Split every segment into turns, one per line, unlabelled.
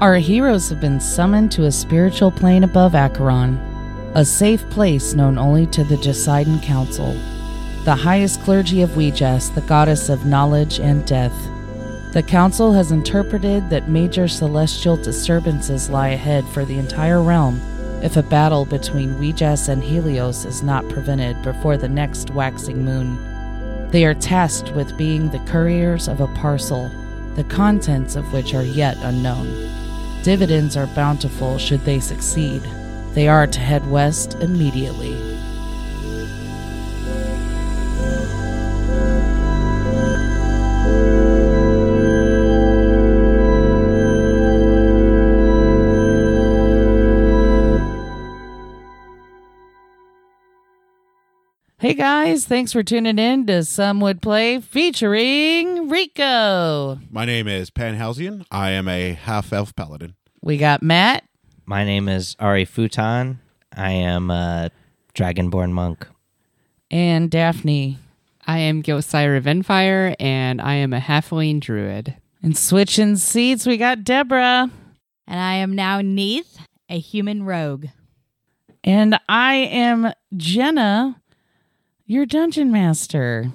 Our heroes have been summoned to a spiritual plane above Acheron, a safe place known only to the Jesiden Council, the highest clergy of Wejas, the goddess of knowledge and death. The council has interpreted that major celestial disturbances lie ahead for the entire realm if a battle between Wejas and Helios is not prevented before the next waxing moon. They are tasked with being the couriers of a parcel, the contents of which are yet unknown. Dividends are bountiful should they succeed. They are to head west immediately. Hey guys, thanks for tuning in to Some Would Play featuring Rico.
My name is Panhausian. I am a half elf paladin.
We got Matt.
My name is Ari Futon. I am a dragonborn monk.
and Daphne
I am Gilcyra Venfire, and I am a halfling druid.
and switching seats. We got Deborah
And I am now Neith, a human rogue.
and I am Jenna, your dungeon master.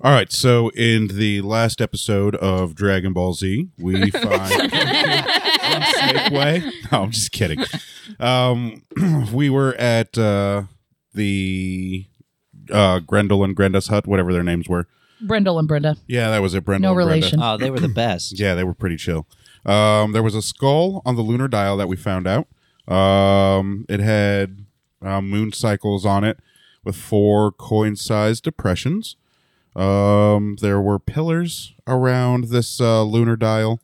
All right, so in the last episode of Dragon Ball Z, we find Snake Way. No, I'm just kidding. Um, we were at uh, the uh, Grendel and Grenda's hut, whatever their names were.
Brendel and Brenda.
Yeah, that was it. Brendel.
No
and Brenda.
relation.
Oh, they were the best.
Yeah, they were pretty chill. Um, there was a skull on the lunar dial that we found out. Um, it had uh, moon cycles on it with four coin sized depressions. Um, there were pillars around this uh, lunar dial.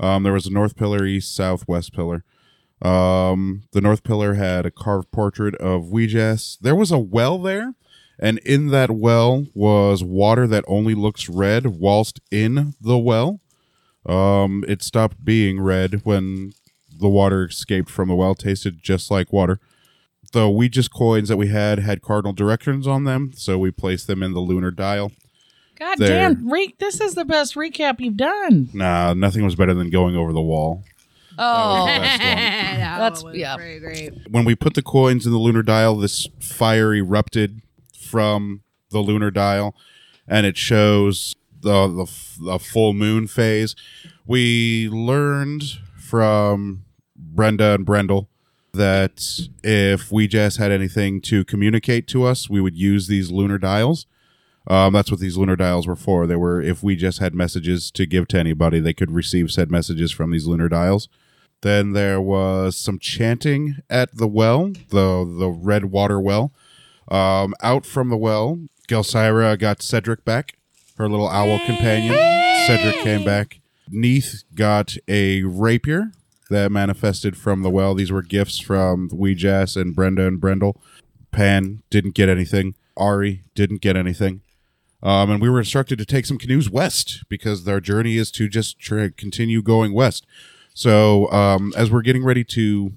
Um, there was a north pillar, east, south, west pillar. Um, the north pillar had a carved portrait of Weejas. There was a well there, and in that well was water that only looks red whilst in the well. Um, it stopped being red when the water escaped from the well. Tasted just like water. The Ouija's coins that we had had cardinal directions on them, so we placed them in the lunar dial.
God
There.
damn, Re- this is the best recap you've done.
Nah, nothing was better than going over the wall.
Oh,
That's
was yeah.
pretty great.
when we put the coins in the lunar dial, this fire erupted from the lunar dial, and it shows the the, f- the full moon phase. We learned from Brenda and Brendel that if we just had anything to communicate to us, we would use these lunar dials. Um, that's what these lunar dials were for. They were if we just had messages to give to anybody, they could receive said messages from these lunar dials. Then there was some chanting at the well, the the red water well. Um, out from the well, Gelsira got Cedric back, her little owl companion. Cedric came back. Neith got a rapier that manifested from the well. These were gifts from Weejas and Brenda and Brendel. Pan didn't get anything. Ari didn't get anything. Um, and we were instructed to take some canoes west because our journey is to just try continue going west. So um, as we're getting ready to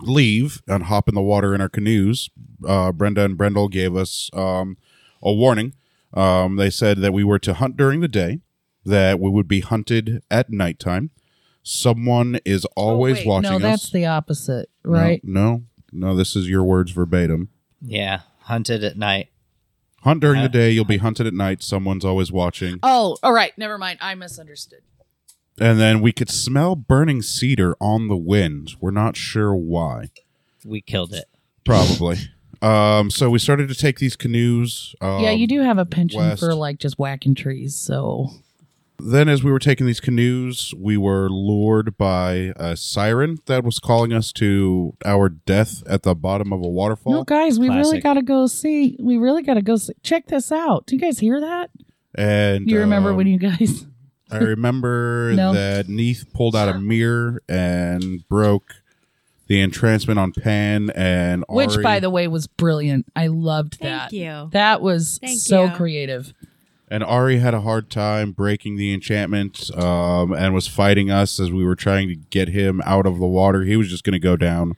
leave and hop in the water in our canoes, uh, Brenda and Brendel gave us um, a warning. Um, they said that we were to hunt during the day, that we would be hunted at nighttime. Someone is always
Oh, wait,
watching
No,
us.
that's the opposite,
No,
right?
No, no, this is your words verbatim.
Yeah, hunted at night.
Hunt during
Uh,
the day, you'll be hunted at night. Someone's always watching.
Oh, all right. Never mind. I misunderstood.
And then we could smell burning cedar on the wind. We're not sure why.
We killed it.
Probably. um, so we started to take these canoes. Um,
yeah, you do have a penchant
west.
for like just whacking trees, so
Then, as we were taking these canoes, we were lured by a siren that was calling us to our death at the bottom of a waterfall.
no, guys, we really
Classic.
gotta go see. We really gotta go see. check this out. Do you guys hear that?
And
You remember when
um,
you guys?
I remember
No.
that Neith pulled out a mirror and broke the entrancement on Pan and Ari.
Which, by the way, was brilliant. I loved that.
Thank you.
That was
Thank
so
you.
creative.
and Ari had a hard time breaking the enchantment um, and was fighting us as we were trying to get him out of the water. He was just going to go down.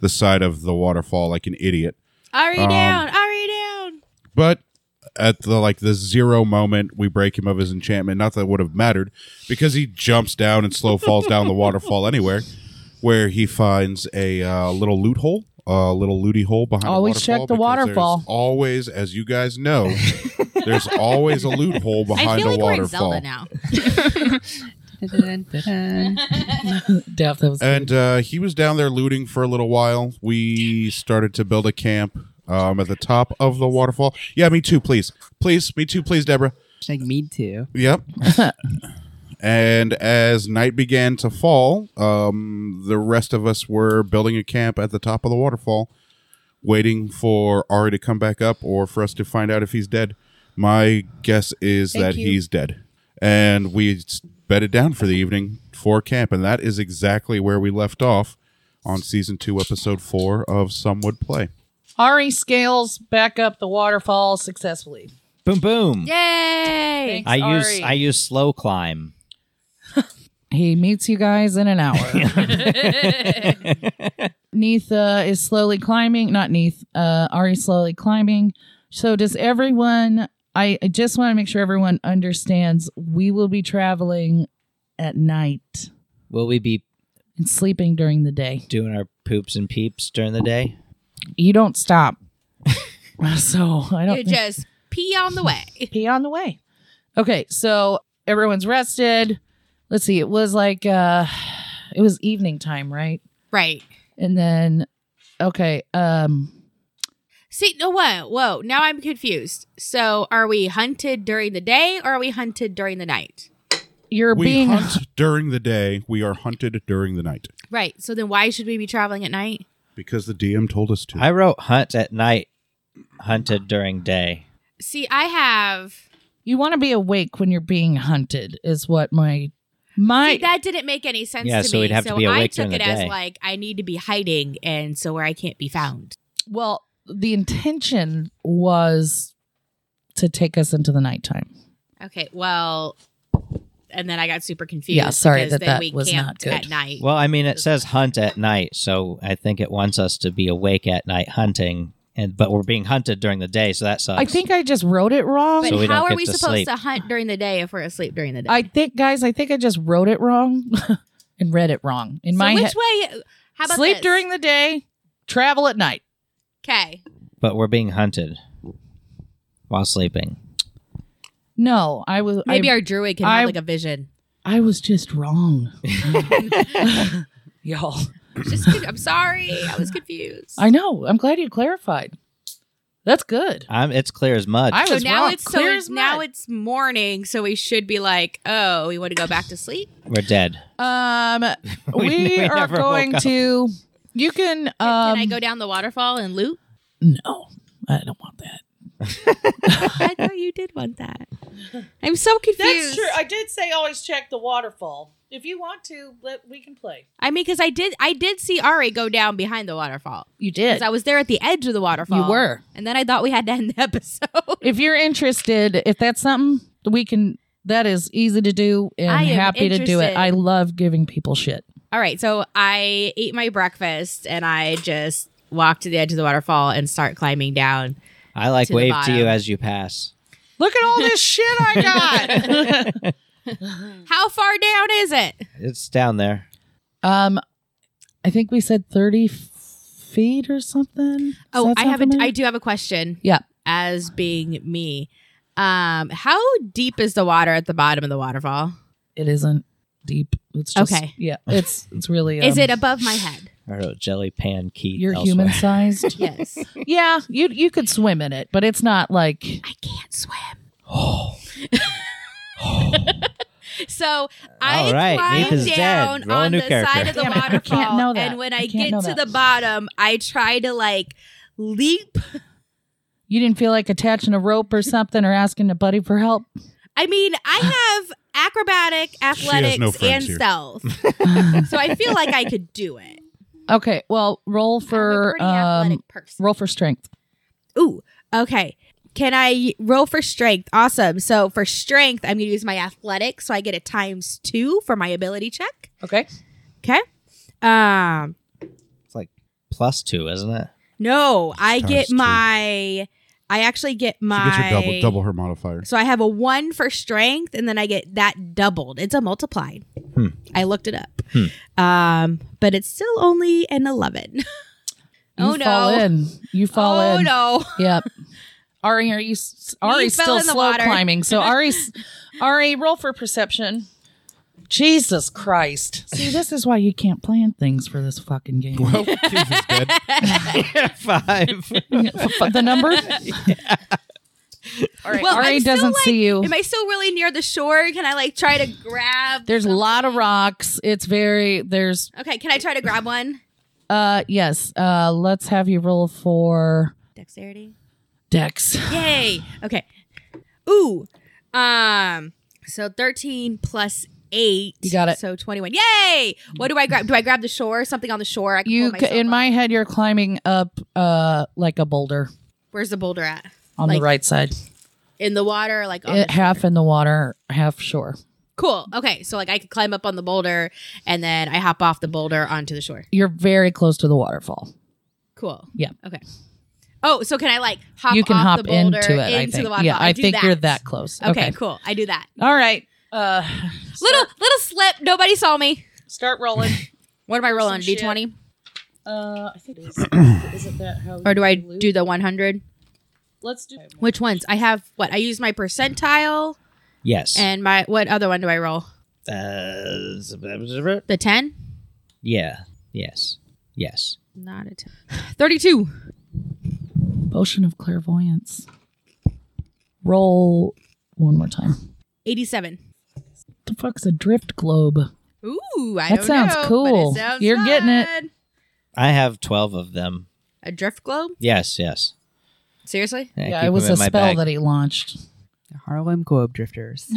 the side of the waterfall like an idiot.
Ari
Um,
down, Ari down.
But at the like the zero moment we break him of his enchantment, not that it would have mattered, because he jumps down and slow falls down the waterfall anywhere, where he finds a uh, little loot hole, a little looty hole behind. a
Always check
waterfall
the
because there's
waterfall.
Always, as you guys know, there's always a loot hole behind
I feel
a
like we're in
waterfall.
Zelda now.
Daph, that was
And uh, he was down there looting for a little while. We started to build a camp um, at the top of the waterfall. Yeah, me too, please. Please, me too, please, Deborah.
She's like, me too.
Yep. and as night began to fall, um, the rest of us were building a camp at the top of the waterfall, waiting for Ari to come back up or for us to find out if he's dead. My guess is that he's dead. And we s- bedded down for the evening for camp. And that is exactly where we left off on season two, episode four of Some Would Play.
Ari scales back up the waterfall successfully.
Boom boom.
Yay!
Thanks,
I use
Ari.
I use slow climb.
He meets you guys in an hour. Neath uh, is slowly climbing. Not Neath. Uh, Ari slowly climbing. So does everyone? I, I just want to make sure everyone understands. We will be traveling at night
Will we be
and sleeping during the day.
doing our poops and peeps during the day?
You don't stop. so I don't.
You
think-
just pee on the way.
pee on the way. Okay, so everyone's rested. Let's see. It was like uh it was evening time, right?
Right.
And then okay, um
See, no, whoa, whoa. Now I'm confused. So, are we hunted during the day or are we hunted during the night?
you're
we
being
hunt during the day, we are hunted during the night
Right. So then, why should we be traveling at night?
because the DM told us to.
I wrote hunt at night, hunted during day.
See, I have.
you want to be awake when you're being hunted is what my my
See, that didn't make any sense
Yeah,
to
so
me.
we'd have to
so
be
I
awake
took
during
it
the
as
day.
like I need to be hiding, and so where I can't be found.
well, the intention was to take us into the nighttime.
Okay. Well, and then I got super confused.
Yeah, sorry
because
that
then
that
we
was not
camped at
good.
night.
Well, I mean, it says hunt at night, so I think it wants us to be awake at night hunting, and but we're being hunted during the day, so that sucks.
I think I just wrote it wrong.
but
So we don't
how are
get
we
to
supposed
sleep.
to hunt during the day if we're asleep during the day?
I think guys, I think I just wrote it wrong and read it wrong. In
so
my
which
head
way? How about
sleep during the day, travel at night.
Okay.
but we're being hunted while sleeping.
No, I was
Maybe
I,
our druid can
I-
have like a vision.
I was just wrong. Y'all.
Just, con- I'm sorry. I was confused.
I know. I'm glad you clarified. That's good.
I'm, it's clear as mud.
I
so
was
now
wrong.
it's
Clear
so
as
it's, now
mud.
it's morning, so we should be like, oh, we want to go back to sleep.
we're dead.
Um we,
We- we
are
never
going
woke up.
to you can um
can I go down the waterfall and loot?
No. I don't want that.
I thought you did want that. I'm so confused.
I did say always check the waterfall. If you want to, let, we can play.
I mean, because I did, I did see Ari go down behind the waterfall.
You did.
Because I was there at the edge of the waterfall.
You were.
and then I thought we had to end the episode.
if you're interested, if that's something we can that is easy to do and
I am
happy to do it.
interested.
I love giving people shit.
All right, so I ate my breakfast and I just walked to the edge of the waterfall and start climbing down.
I like
To the
wave to
bottom.
you as you pass.
Look at all this shit I got.
How far down is it?
It's down there.
Um, I think we said thirty f- feet or something. Does
Oh,
that
I
sound
have a, I
familiar?
do have a question.
Yeah.
As being me, um, how deep is the water at the bottom of the waterfall?
It isn't deep. It's just,
Okay.
Yeah, it's it's really. Um,
is it above my head?
I wrote jelly pan Keith.
You're
elsewhere.
human sized.
Yes.
yeah, you you could swim in it, but it's not like
I can't swim.
Oh.
so I
All right, Neith
climb
is dead.
down
Roll a
on
new
the
character.
side of the
Damn it, I
waterfall,
can't know that.
and when
I
I,
can't
get
know
to
that.
the bottom, I try to like leap.
you didn't feel like attaching a rope or something or asking a buddy for help.
I mean, I have acrobatic,
has no
athletics, and
friends here.
stealth, so I feel like I could do it.
okay, well, roll
I'm a
for
pretty
um,
athletic person.
roll for strength.
Ooh, okay. Can I roll for strength? Awesome. So for strength, I'm going to use my athletics, so I get a times two for my ability check.
Okay,
Okay. Um,
It's like plus two, isn't it?
No, I
Times
get
two.
my. I actually get
She
my.
gets her double double her modifier.
So I have a one for strength, and then I get that doubled. It's a multiplied.
Hmm.
I looked it up,
Hmm.
um, but it's still only an eleven.
You
oh
fall
no!
in. You fall
oh
in.
no!
Yep. Ari, are you? s- Ari's
fell
still
in the
slow
water.
climbing. So Ari's, Ari, roll for perception. Jesus Christ! See, this is why you can't plan things for this fucking game.
Well, Keith is dead.
Five.
F- the number. All right, Ari
I'm still,
doesn't
like-
see you.
Am I still really near the shore? Can I like try to grab?
there's a lot of rocks. It's very there's
okay, can I try to grab one?
uh yes. Uh let's have you roll for
Dexterity.
Dex.
Yay! Okay. Ooh. Um. So thirteen plus eight.
You got it.
So twenty-one. Yay! What do I grab? Do I grab the shore? Something on the shore? I can
You
pull
c-
myself
in
up.
my head you're climbing up uh like a boulder
Where's the boulder at?
on
Like,
the right side.
In the water, like on
It,
the-
half in the water, half shore.
cool. Okay, so like I could climb up on the boulder, and then I hop off the boulder onto the shore.
You're very close to the waterfall.
Cool.
Yeah.
Okay. Oh, so can I like hop?
you can
off
hop
the boulder
into it. I
into
think.
the waterfall?
yeah, I
do
think you're that close. Okay.
Okay, cool. I do that.
All right. Uh
Little little slip. Nobody saw me.
start rolling.
What am I rolling?
Some shit.
D twenty,
Uh, I think it is. is it that how?
or do I
you lose?
do the one hundred?
Let's do.
Which ones? I have what? I use my percentile
Yes.
and my what other one do I roll?
Uh,
The ten?
yeah. Yes. Yes.
Not a ten. Thirty-two.
Potion of clairvoyance. Roll one more time.
Eighty-seven.
The fuck's a drift globe?
Ooh, I
That
don't
sounds
know, but it
cool.
sounds
You're getting it.
fun.
I have 12 of them.
A drift globe?
Yes. Yes.
Seriously?
I keep
yeah, it
'em
was
in
a
my
spell
bag.
that he launched.
The Harlem Globe Drifters.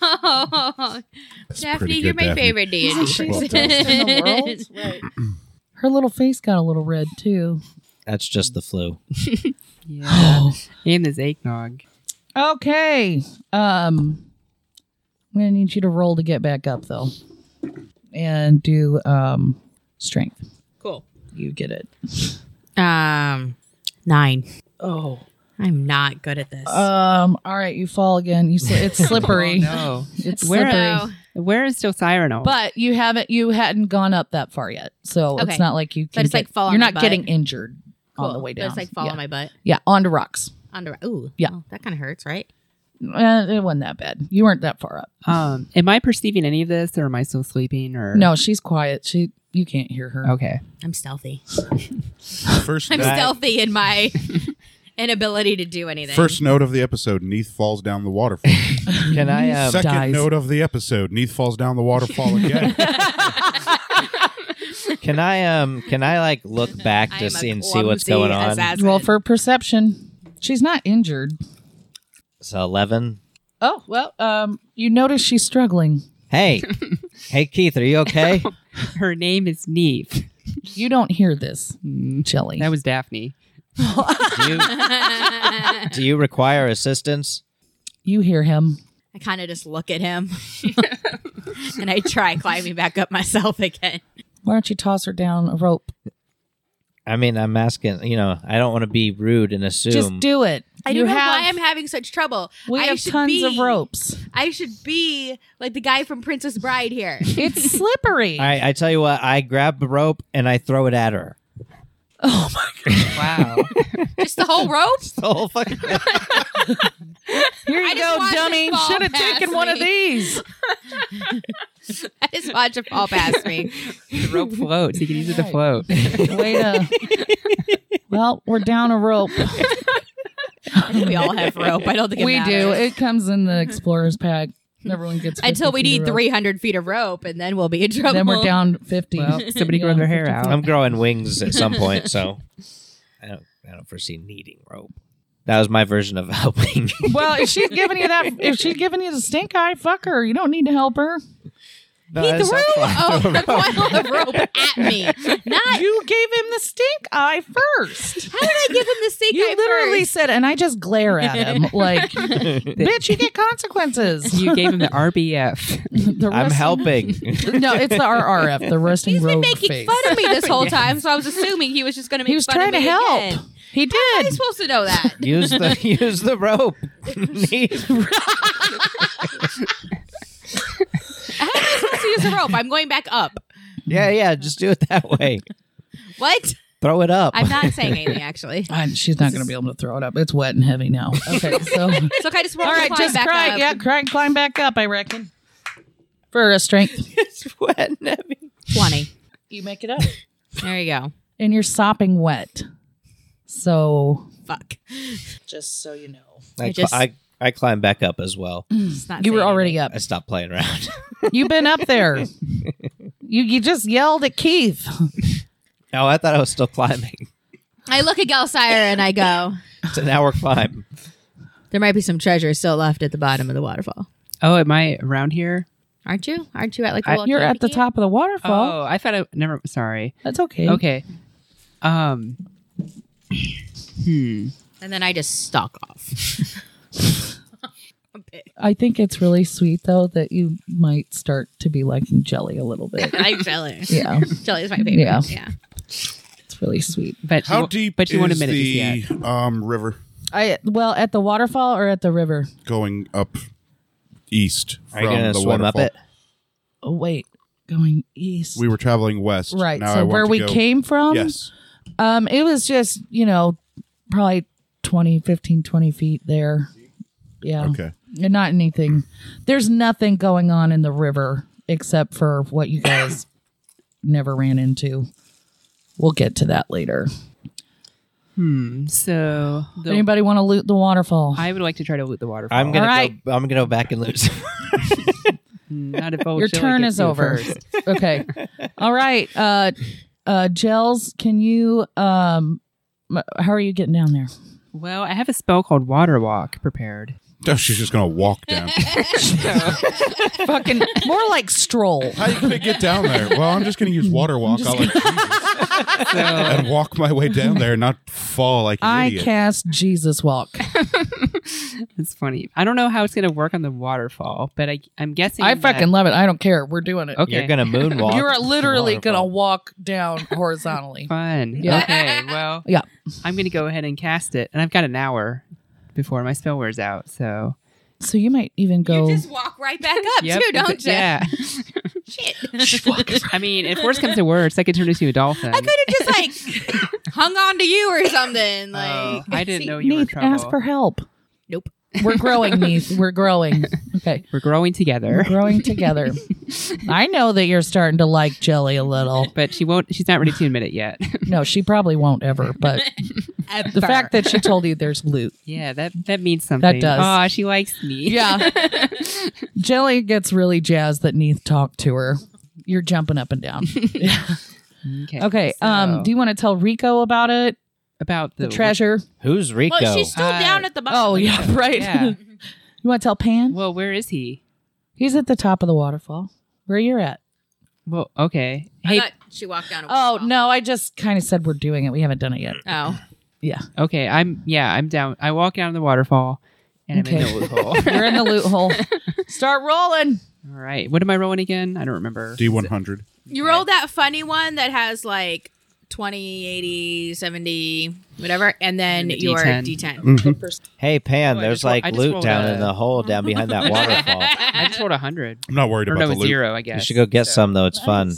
oh,
That's
Daphne,
pretty
you're
good,
my
Daphne.
favorite dude.
Well done.
Her little face got a little red too.
That's just the flu.
Yeah. and his eggnog.
okay. Um, I'm gonna need you to roll to get back up though, and do um strength.
Cool.
You get it.
Um, nine.
Oh.
I'm not good at this.
Um. All right. You fall again. You. Sli- it's slippery.
No.
It's
Where-
slippery.
So,
Where is Dosireno?
But you haven't you hadn't gone up that far yet, so
Okay.
it's not like you. Can
it's,
get-
like, fall on
You're
my
not
butt.
getting injured
cool.
on the way
But
down.
It's like fall
yeah.
on my butt.
yeah, onto rocks.
On the ooh,
Yeah.
well, that kind of hurts, right?
Uh, it wasn't that bad. You weren't that far up.
um, am I perceiving any of this or am I still sleeping or
No, she's quiet. She you can't hear her.
Okay.
I'm stealthy.
First,
I'm
note-
stealthy in my inability to do anything.
first note of the episode: Neath falls down the waterfall.
Can I? Um,
Second
dies.
note of the episode: Neath falls down the waterfall again.
can I? Um. Can I like look back
I
to
am
see
a
and see what's going
clumsy
on?
assassin.
Well, for perception, she's not injured.
So eleven.
Oh well. Um. You notice she's struggling.
Hey, hey Keith, are you okay?
Her name is Neve.
You don't hear this, Jelly.
That was Daphne.
Do you, do you require assistance?
you hear him.
I kind of just look at him, and I try climbing back up myself again.
Why don't you toss her down a rope?
I mean, I'm asking. You know, I don't want to be rude and assume.
Just do it.
I
you
don't know
have.
why I'm having such trouble.
we
I
have
should
tons of
be-
ropes.
I should be like the guy from Princess Bride here.
It's slippery.
I, I tell you what, I grab the rope and I throw it at her.
oh my
Wow.
Just the whole rope.
The whole fucking
Here
I
you
just
go,
watched it
dummy.
fall
Should have
past
taken one of
me.
these.
I just watch it fall past me.
the rope floats. You can use it to float.
Way to. Well, we're down a rope.
I think we all have rope. I don't think it
we do.
matters.
It comes in the explorer's pack. Everyone gets 50
until we
feet
need
of rope.
300 feet of rope, and then we'll be in trouble.
Then we're down fifty.
Well, somebody grow their hair
50
out.
I'm growing wings at some point, so I don't. I don't foresee needing rope. That was my version of helping.
feet. Well, if she's giving you that, if she's giving you the stink eye, fuck her. You don't need to help her.
No,
He
that's
threw
Oh,
not fun.
oh, the coil of rope at me. Not
You gave him the stink eye first.
How did I give him the stink
You
eye
literally
first?
said, and I just glare at him like, bitch, you get consequences.
You gave him the RBF.
The
I'm
roasting-
helping.
No, it's the RRF, the roasting
He's been
rogue
making
face.
fun of me this whole time, so I was assuming he was just going to make
He was
fun
trying
of
to
me
help.
again.
He
How am I
did.
supposed to know that?
use the use the rope.
How am I supposed to use a rope? I'm going back up.
yeah, yeah. Just do it that way.
What?
Throw it up.
I'm not saying anything actually.
I'm- she's not going to be able to throw it up. It's wet and heavy now. Okay, so all
It's okay. Just roll the
right,
climb
just
back
cry.
up.
Yeah, cry and climb back up. I reckon for a strength,
it's wet, and heavy.
Twenty.
you make it up,
There you go.
and you're sopping wet. So
Fuck.
just so you Mm. know,
I,
I
I,
just-
I I climb back up as well.
Just not
you were
saying
already up.
I stopped playing around.
You've been up there. You you just yelled at Keith.
oh, I thought I was still climbing.
anything. I look at Gelsire and I go,
It's an hour climb.
"There might be some treasure still left at the bottom of the waterfall."
Oh, am I around here?
Aren't you? Aren't you at like the
I-
little
You're at the
campy
top of the waterfall.
oh, I thought I never. Sorry.
That's okay.
Okay. Um. Hmm.
camp? And then I just stalk off. A bit.
I think it's really sweet though that you might start to be liking jelly a little bit.
I'm jelly.
Yeah,
Jelly is my favorite.
Yeah.
yeah.
it's really sweet.
But
How
you,
deep
But you
is
want a minute to see
the
it.
um, river
I well at the waterfall or at the river.
going up east from
Are you gonna
the
swim up
waterfall?
it?
Oh wait, going east.
We were traveling west.
right.
Now I
so
want
where
to
we
go-
came from,
Yes.
um, it was just, you know, probably 20, 15, 20 feet there. Yeah.
Okay.
And Not anything. There's nothing going on in the river except for what you guys never ran into. We'll get to that later.
hmm. So the-
Anybody want to loot the waterfall?
I would like to try to loot the waterfall.
I'm gonna
All right.
go. I'm gonna go back and lose.
Not if old
Your
Shelley
turn
gets
is
to it
over.
first.
okay. All right. Uh uh Gels, can you um m- how are you getting down there?
Well, I have a spell called Water Walk prepared.
Oh, she's just gonna walk down.
Fucking more like stroll.
How you gonna get down there? Well, I'm just gonna use water walk. I'll like, and walk my way down there, and not fall like an
I
idiot.
cast Jesus Walk.
It's funny. I don't know how it's going to work on the waterfall, but I, I'm guessing.
I
that-
fucking love it. I don't care. We're doing it.
Okay.
You're gonna moonwalk.
You're literally
Waterfall.
gonna walk down horizontally.
fun.
Yeah.
Okay. Well,
Yeah.
I'm going to go ahead and cast it, and I've got an hour before my spell wears out. So
So you might even go.
You just walk right back up
Yep.
too, don't you?
Yeah.
Shit.
I mean, if worse comes to worse, I could turn into a dolphin.
I could have just like hung on to you or something. Like
Oh, I didn't
See,
know you were in
Neith, ask
trouble.
for help.
Nope.
We're growing, Neith. We're growing. Okay.
We're growing
We're
together,
growing together. I know that you're starting to like Jelly a little.
but she won't. She's not ready to admit it yet.
No, she probably won't ever, but the
Ever.
fact that she told you there's loot.
yeah, that that means something.
does.
Oh, she likes me.
Yeah. Jelly gets really jazzed that Neith talked to her. You're jumping up and down.
Okay.
Okay. Um,
so-
do you want to tell Rico about it?
about the,
The treasure?
Who's Rico?
well, she's still
Uh,
down at the bottom.
Oh yeah, right.
Yeah.
you want to tell Pan?
Well, where is he?
He's at the top of the waterfall. Where you're at?
Well, okay.
I
Hey,
thought she walked down. A
Oh
waterfall.
no, I just kind of said we're doing it. We haven't done it yet.
Oh,
Yeah,
okay. I'm yeah. I'm down. I walk down the waterfall, and I'm
Okay.
in the loot hole.
you're in the loot hole. Start rolling.
All right. What am I rolling again? I don't remember.
D100.
you rolled that funny one that has like 20, 80, 70, whatever, and then
And the
your
D10.
D10.
hey Pan,
Oh, I
there's
just ro-
like
I just
loot
rolled
down
a-
in the hole down behind that waterfall.
I just rolled a hundred.
I'm not worried
Or
about
no,
the
a
loot.
zero. I guess.
You should go get some though. It's fun.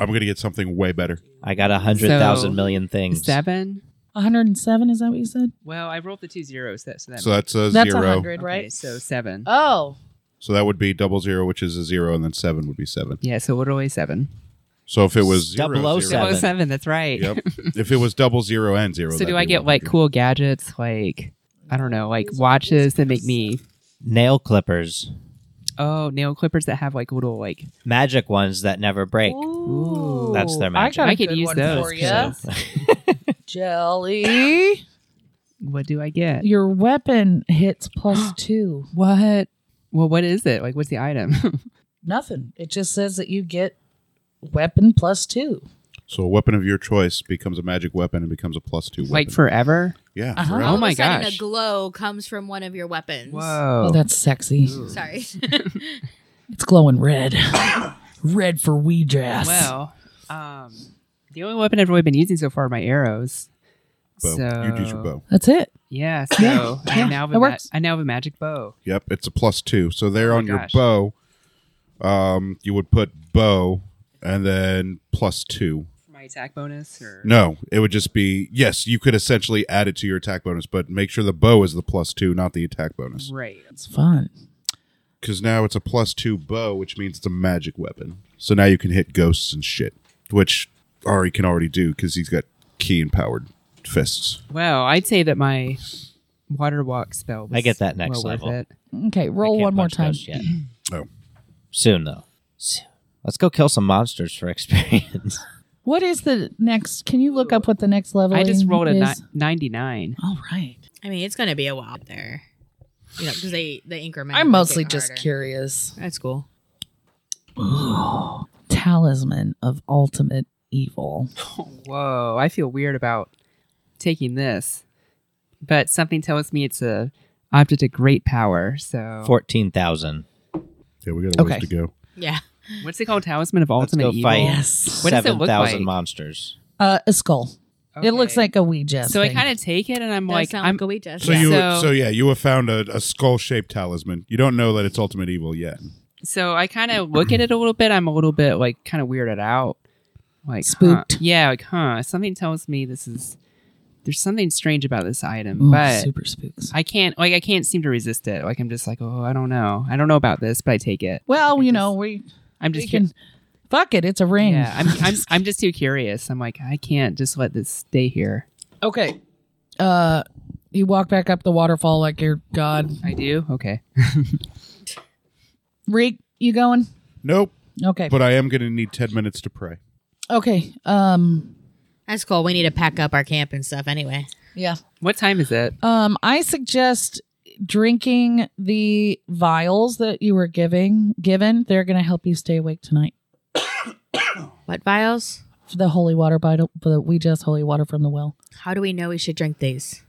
I'm gonna get something way better.
I got a hundred thousand
So-
million things.
Seven.
107. Is that what you said?
Well, I rolled the two zeros. That, so that
So that's a
That's
zero.
100,
okay,
right?
So seven.
Oh,
So that would be double zero, which is a zero, and then seven would be seven.
Yeah. So what always seven?
So if it was zero,
Double oh
zero-
Oh, seven. That's right.
yep. If it was double zero and zero,
So
that'd
do I
be
get like
100.
cool gadgets, like I don't know, like watches that make me
Nail clippers,
oh nail clippers that have like little like
magic ones that never break.
Ooh.
That's their magic.
I got a
I could
good
use
one
those.
for you.
'cause
Jelly.
What do I get?
Your weapon hits plus two.
What? Well, what is it? Like, what's the item?
Nothing. It just says that you get weapon plus two.
So a weapon of your choice becomes a magic weapon and becomes a plus two weapon.
Like forever?
yeah,
Uh-huh.
forever.
All
Oh my
of a sudden,
gosh.
A glow comes from one of your weapons.
Oh,
Whoa.
that's sexy.
Sorry.
It's glowing red. red for Ouija's.
Well, um, the only weapon I've really been using so far are my arrows.
bow.
So,
You'd use your bow.
That's it.
Yeah, so I, now have
that
a ma-
works.
I now have a magic bow.
Yep, it's a plus two. So there
Oh my
on your
gosh.
bow, um, you would put bow and then plus two.
For my attack bonus? Or?
No, it would just be yes. You could essentially add it to your attack bonus, but make sure the bow is the plus two, not the attack bonus.
Right.
It's fun.
Because now it's a plus two bow, which means it's a magic weapon. So now you can hit ghosts and shit, which Ari can already do because he's got key empowered fists.
Well, I'd say that my water walk spell was
I get that next
well worth
level.
it.
Okay, roll
Can't
one more
punch
time.
those yet.
Oh,
Soon though. Soon. Let's go kill some monsters for experience.
What is the next? Can you look up what the next level
I just rolled a
is?
ni- 99.
All right.
I mean, it's gonna be a while there. You know, because they the increment.
I'm mostly just curious.
That's cool.
Talisman of ultimate evil.
Whoa, I feel weird about taking this. But something tells me it's a object of great power. So
Fourteen thousand.
yeah, we got a ways
Okay.
to go.
Yeah.
what's it called? Talisman of
Let's
Ultimate
go
Evil.
fight
Yes.
What does it
seven
look
thousand
like?
monsters.
Uh, a skull. It looks
Okay.
like a Ouija.
So I
thing.
kind of take it and I'm
Does
like,
sound
I'm
like a Ouija.
So
Yeah.
you,
So-
so yeah, you have found a, a skull shaped talisman. You don't know that it's ultimate evil yet.
so I kind of look at it a little bit. I'm a little bit like kind of weirded out, like huh.
Spooked.
Yeah, like huh? Something tells me this is there's something strange about this item,
Ooh,
but
super spooks.
I can't like I can't seem to resist it. Like I'm just like oh I don't know I don't know about this, but I take it.
well,
I
you
just-
know, we,
I'm
we
just
can. Fuck it. It's a ring.
yeah I'm, I'm I'm just too curious. I'm like I can't just let this stay here.
okay. Uh, you walk back up the waterfall like your god.
I do okay.
Reek, you going?
Nope.
Okay.
But I am going to need 10 minutes to pray.
Okay. Um.
That's cool. We need to pack up our camp and stuff anyway.
Yeah.
What time is it?
Um. I suggest drinking the vials that you were giving. Given, they're going to help you stay awake tonight.
What vials?
For the holy water bottle, the we just holy water from the well.
How do we know we should drink these?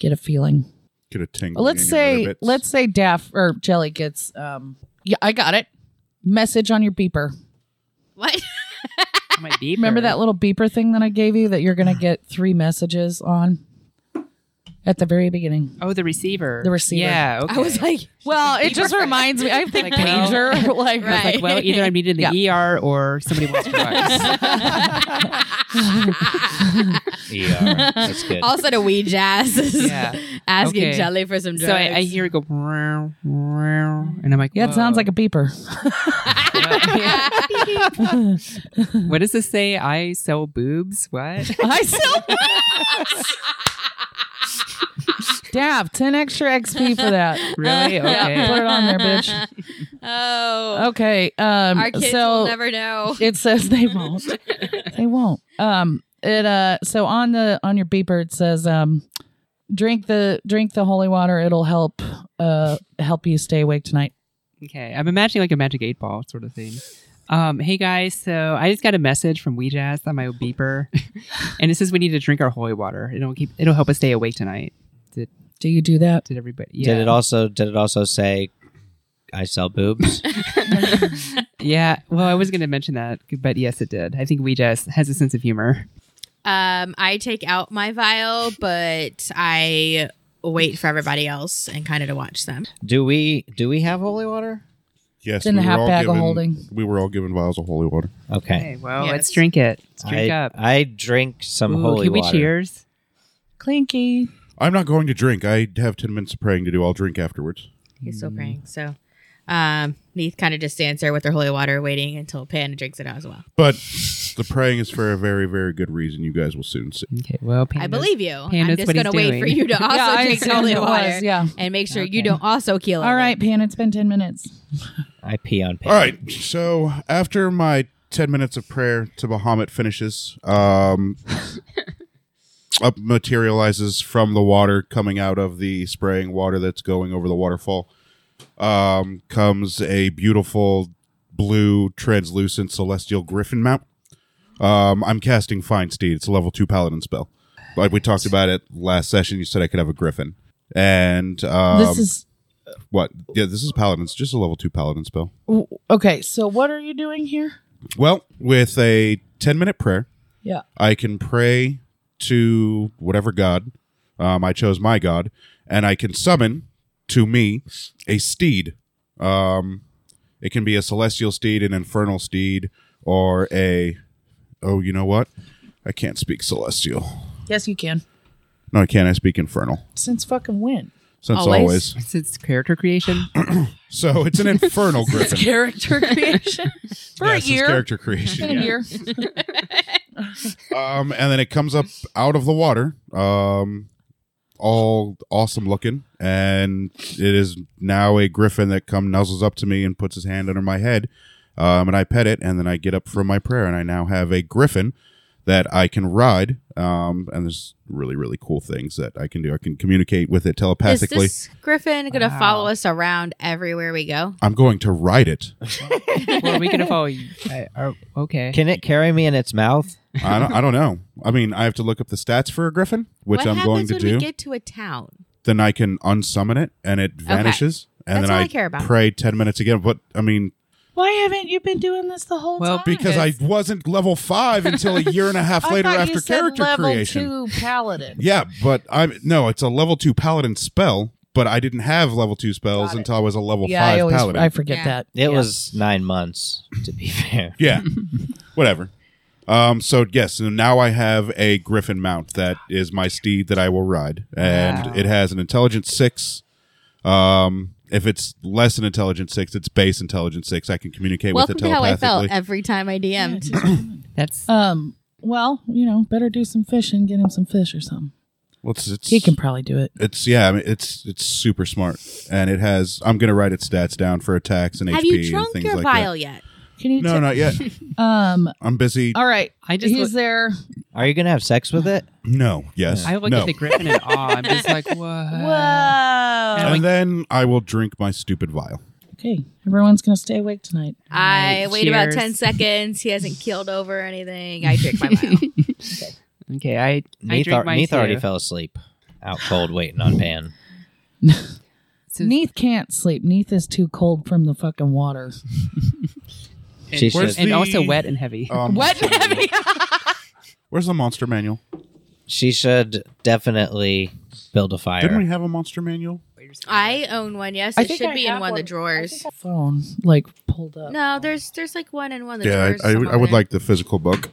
Get a feeling.
Get a tingle.
let's
in your other
say
bits.
let's say Daff or Jelly gets. Um. Yeah, I got it. Message on your beeper.
What?
My beeper.
Remember that little beeper thing that I gave you that you're going to get three messages on at the very beginning.
Oh, the receiver.
The receiver.
Yeah. Okay.
I was like,
Well, it just
Beeper.
reminds me. I think
Like, well-
pager, like
I was like, well, either I'm needed in the ER or somebody wants drugs.
E
Yeah, that's good.
all of a sudden, we jazz is
Yeah.
asking
Okay.
Jelly for some drugs.
so I, I hear it go, "Meow, meow," and I'm like,
Yeah, it sounds like a beeper.
"Whoa." what does this say? I sell boobs. What?
I still. Dab, 10 extra XP for that.
really?
Yeah, put
Okay.
it on there, bitch.
oh,
Okay. Um,
our kids
so
will never know.
it says they won't. they won't. Um it uh so on the on your beeper it says um drink the drink the holy water it'll help uh help you stay awake tonight.
okay. I'm imagining like a magic eight ball sort of thing. Um, hey guys, so I just got a message from Weejazz on my beeper, and it says we need to drink our holy water. It'll keep. It'll help us stay awake tonight.
Do you do that?
Did everybody? Yeah.
Did it also did it also say I sell boobs?
Yeah. Well, I was going to mention that, but yes, it did. I think Weejazz has a sense of humor.
Um, I take out my vial, but I wait for everybody else and kind of to watch them.
do we do we have holy water?
yes,
in the
we were
half
all
bag of
given-
holding.
We were all given vials of holy water.
Okay.
Okay. Well,
Yes.
let's drink it. Let's drink
I,
up.
I drink some
Ooh,
holy
can we
water.
cheers?
Clinky.
I'm not going to drink. I have 10 minutes of praying to do. I'll drink afterwards.
He's
Mm.
still praying. So, um, Neith kind of just stands there with their holy water, waiting until Pan drinks it out as well.
But the praying is for a very, very good reason. You guys will soon see.
Okay. Well,
I
Panda's-
believe you. I'm
Panda's
just
what he's
gonna wait for
doing.
you to also
Yeah, I
drink the
assumed
holy
it was,
water,
yeah.
and make sure
Okay.
you don't also kill.
All
anyone.
right, Pan, it's been 10 minutes.
I pee on pee.
All right. So after my 10 minutes of prayer to Bahamut finishes, um, up materializes from the water coming out of the spraying water that's going over the waterfall. Um, comes a beautiful blue translucent celestial griffin mount. Um, I'm casting Feinsteed. It's a level two paladin spell. Like we talked about it last session, you said I could have a griffin. And um,
this is
what? Yeah, this is paladin. It's just a level two paladin spell.
w- okay. So what are you doing here?
Well, with a 10 minute prayer,
Yeah.
I can pray to whatever god. Um, I chose my god, and I can summon to me a steed. Um, it can be a celestial steed, an infernal steed, or a. Oh, you know what? I can't speak celestial.
Yes, you can.
No, I can't. I speak infernal.
Since fucking when?
Since
Always.
always.
It's, it's character creation.
So it's an infernal griffin.
Character creation for
Yes,
a
it's
year.
character
In
creation.
a
yeah.
year.
um, and then it comes up out of the water, um, all awesome looking, and it is now a griffin that come nuzzles up to me and puts his hand under my head, um, and I pet it, and then I get up from my prayer, and I now have a griffin that I can ride, um, and there's really really cool things that I can do. I can communicate with it
Is
telepathically.
this griffin going to
Wow.
follow us around everywhere we go?
I'm going to ride it.
well, we can follow you. I, are- okay.
Can it carry me in its mouth?
I don't, I don't know. I mean, I have to look up the stats for a griffin, which
what
I'm
happens
going to
when
do.
we get to a town?
then I can unsummon it and it vanishes. And
That's
then
all
I,
I care about.
pray 10 minutes again. But I mean,
Why haven't you been doing this the whole
Well,
time?
because I wasn't level five until a year and a half
I
later
thought
after
you said
character
level
creation.
two paladin.
Yeah, but I'm no, it's a level two paladin spell, but I didn't have level two spells
Got it.
until I was a level
Yeah, I
five
always
paladin.
I forget
Yeah.
that.
It
Yeah.
was nine months, to be fair.
yeah, whatever. Um, so yes, so now I have a griffin mount that is my steed that I will ride, and
Wow.
it has an intelligence six. Um, if it's less than intelligence six, it's base intelligence six. I can communicate
Welcome
with it
to how I felt
telepathically.
every time I DM'd.
That's
Um. Well, you know, better do some fishing. Get him some fish or something.
Well, it's, it's,
He can probably do it.
it's yeah, I mean, it's it's super smart, and it has. I'm gonna write its stats down for attacks and
Have
HP
you drunk
and things like
your vial yet?
Can you? ta-
that. No, not yet.
Um.
I'm busy.
All right.
I just
he's
look-
there.
Are you going to have sex with it?
No, yes,
I look
no.
at the griffin in awe. I'm just like, what?
Whoa.
and then I will drink my stupid vial.
Okay, everyone's gonna stay awake tonight.
I
Right,
wait about
cheers.
10 seconds. He hasn't keeled over or anything. I drink my vial.
Okay, I, I
Neith,
drink
ar-
mine
Neith already
too.
fell asleep, out cold, waiting on Pan.
So-
Neith can't sleep. Neith is too cold from the fucking water.
She
and,
should,
Where's
and
the-
also wet and heavy.
Um,
heavy.
Where's the monster manual?
she should definitely build a
Didn't we
fire.
have a monster manual?
I own one. Yes,
I
it
think
should
I
be in
have
one of the
one.
drawers.
Phone like pulled up.
No, there's there's like one in one of the
Yeah,
drawers.
I, I, would- I
somewhere. Oh,
would like the physical book.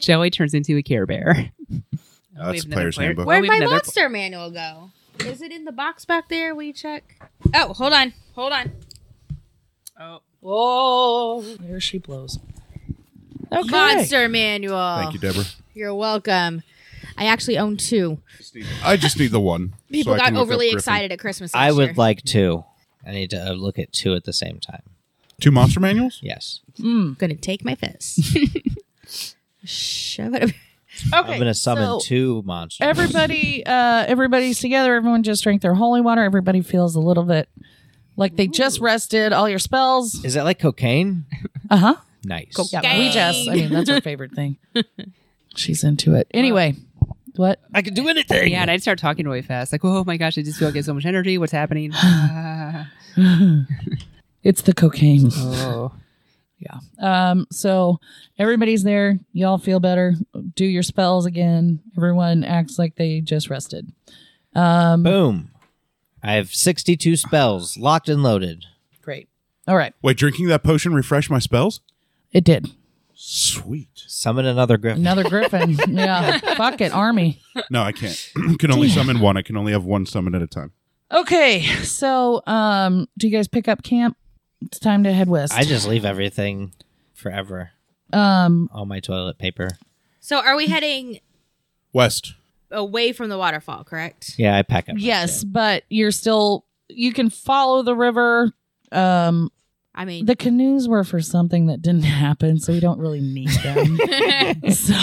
Joey turns into a Care Bear.
That's
We have another
player's
player.
handbook.
Well,
Where'd
we
my
have another-
monster manual go? Is it in the box back there? Will you check? Oh, hold on. Hold on.
Oh.
Whoa.
There she blows.
Monster manual.
Thank you, Deborah.
You're welcome. I actually own two.
I just need the one. so
People
I
got
can look up
overly
Griffin.
excited at Christmas.
I
last
would
year.
like two. I need to uh, look at two at the same time.
Two monster manuals?
Yes.
I'm gonna take my fist. Shove it. up-
Okay,
I'm going to
so
summon two monsters.
Everybody, uh, everybody's together. Everyone just drank their holy water. Everybody feels a little bit like they just rested. All your spells.
Is that like cocaine?
Uh huh.
Nice.
Yeah, we just. I mean, that's her favorite thing. She's into it. Anyway, what?
I can do anything.
Yeah, and I'd start talking really fast. Like, oh my gosh, I just feel like I get so much energy. What's happening? Ah.
It's the cocaine.
oh.
Yeah. Um, so everybody's there. Y'all feel better. Do your spells again. Everyone acts like they just rested.
Boom. I have 62 spells locked and loaded.
Great. All right.
Wait, drinking that potion refresh my spells?
It did.
Sweet.
Summon another griffin.
Another griffin. yeah. Fuck it. Army.
No, I can't. can only summon one. I can only have one summon at a time.
Okay. So um, do you guys pick up camp? It's time to head west.
I just leave everything forever.
um,
All my toilet paper.
So, are we heading
West.
away from the waterfall? Correct.
Yeah, I pack up. my
yes, but you're still, you can follow the river. Um,
I mean,
the canoes were for something that didn't happen, so we don't really need them. so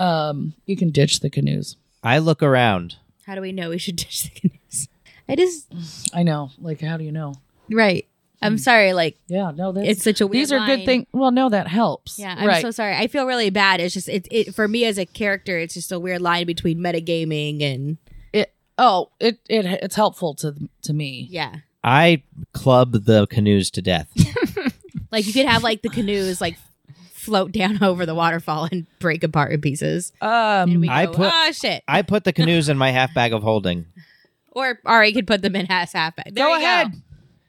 um you can ditch the canoes
I look around.
how do we know we should ditch the canoes? I just
I know. Like, how do you know?
right. I'm sorry. Like
Yeah, no, that's,
it's such a weird.
Hmm. these are good
line.
things. Well, no, that helps.
Yeah, I'm
right.
so sorry. I feel really bad. It's just it, it for me as a character. It's just a weird line between metagaming and
it, oh, it, it it's helpful to to me.
yeah.
I club the canoes to death.
Like you could have like the canoes like float down over the waterfall and break apart in pieces. And
Um,
we go,
I put-
oh shit.
I put the canoes in my half bag of holding.
Or Ari could put them in half half bag. There
go
you
ahead,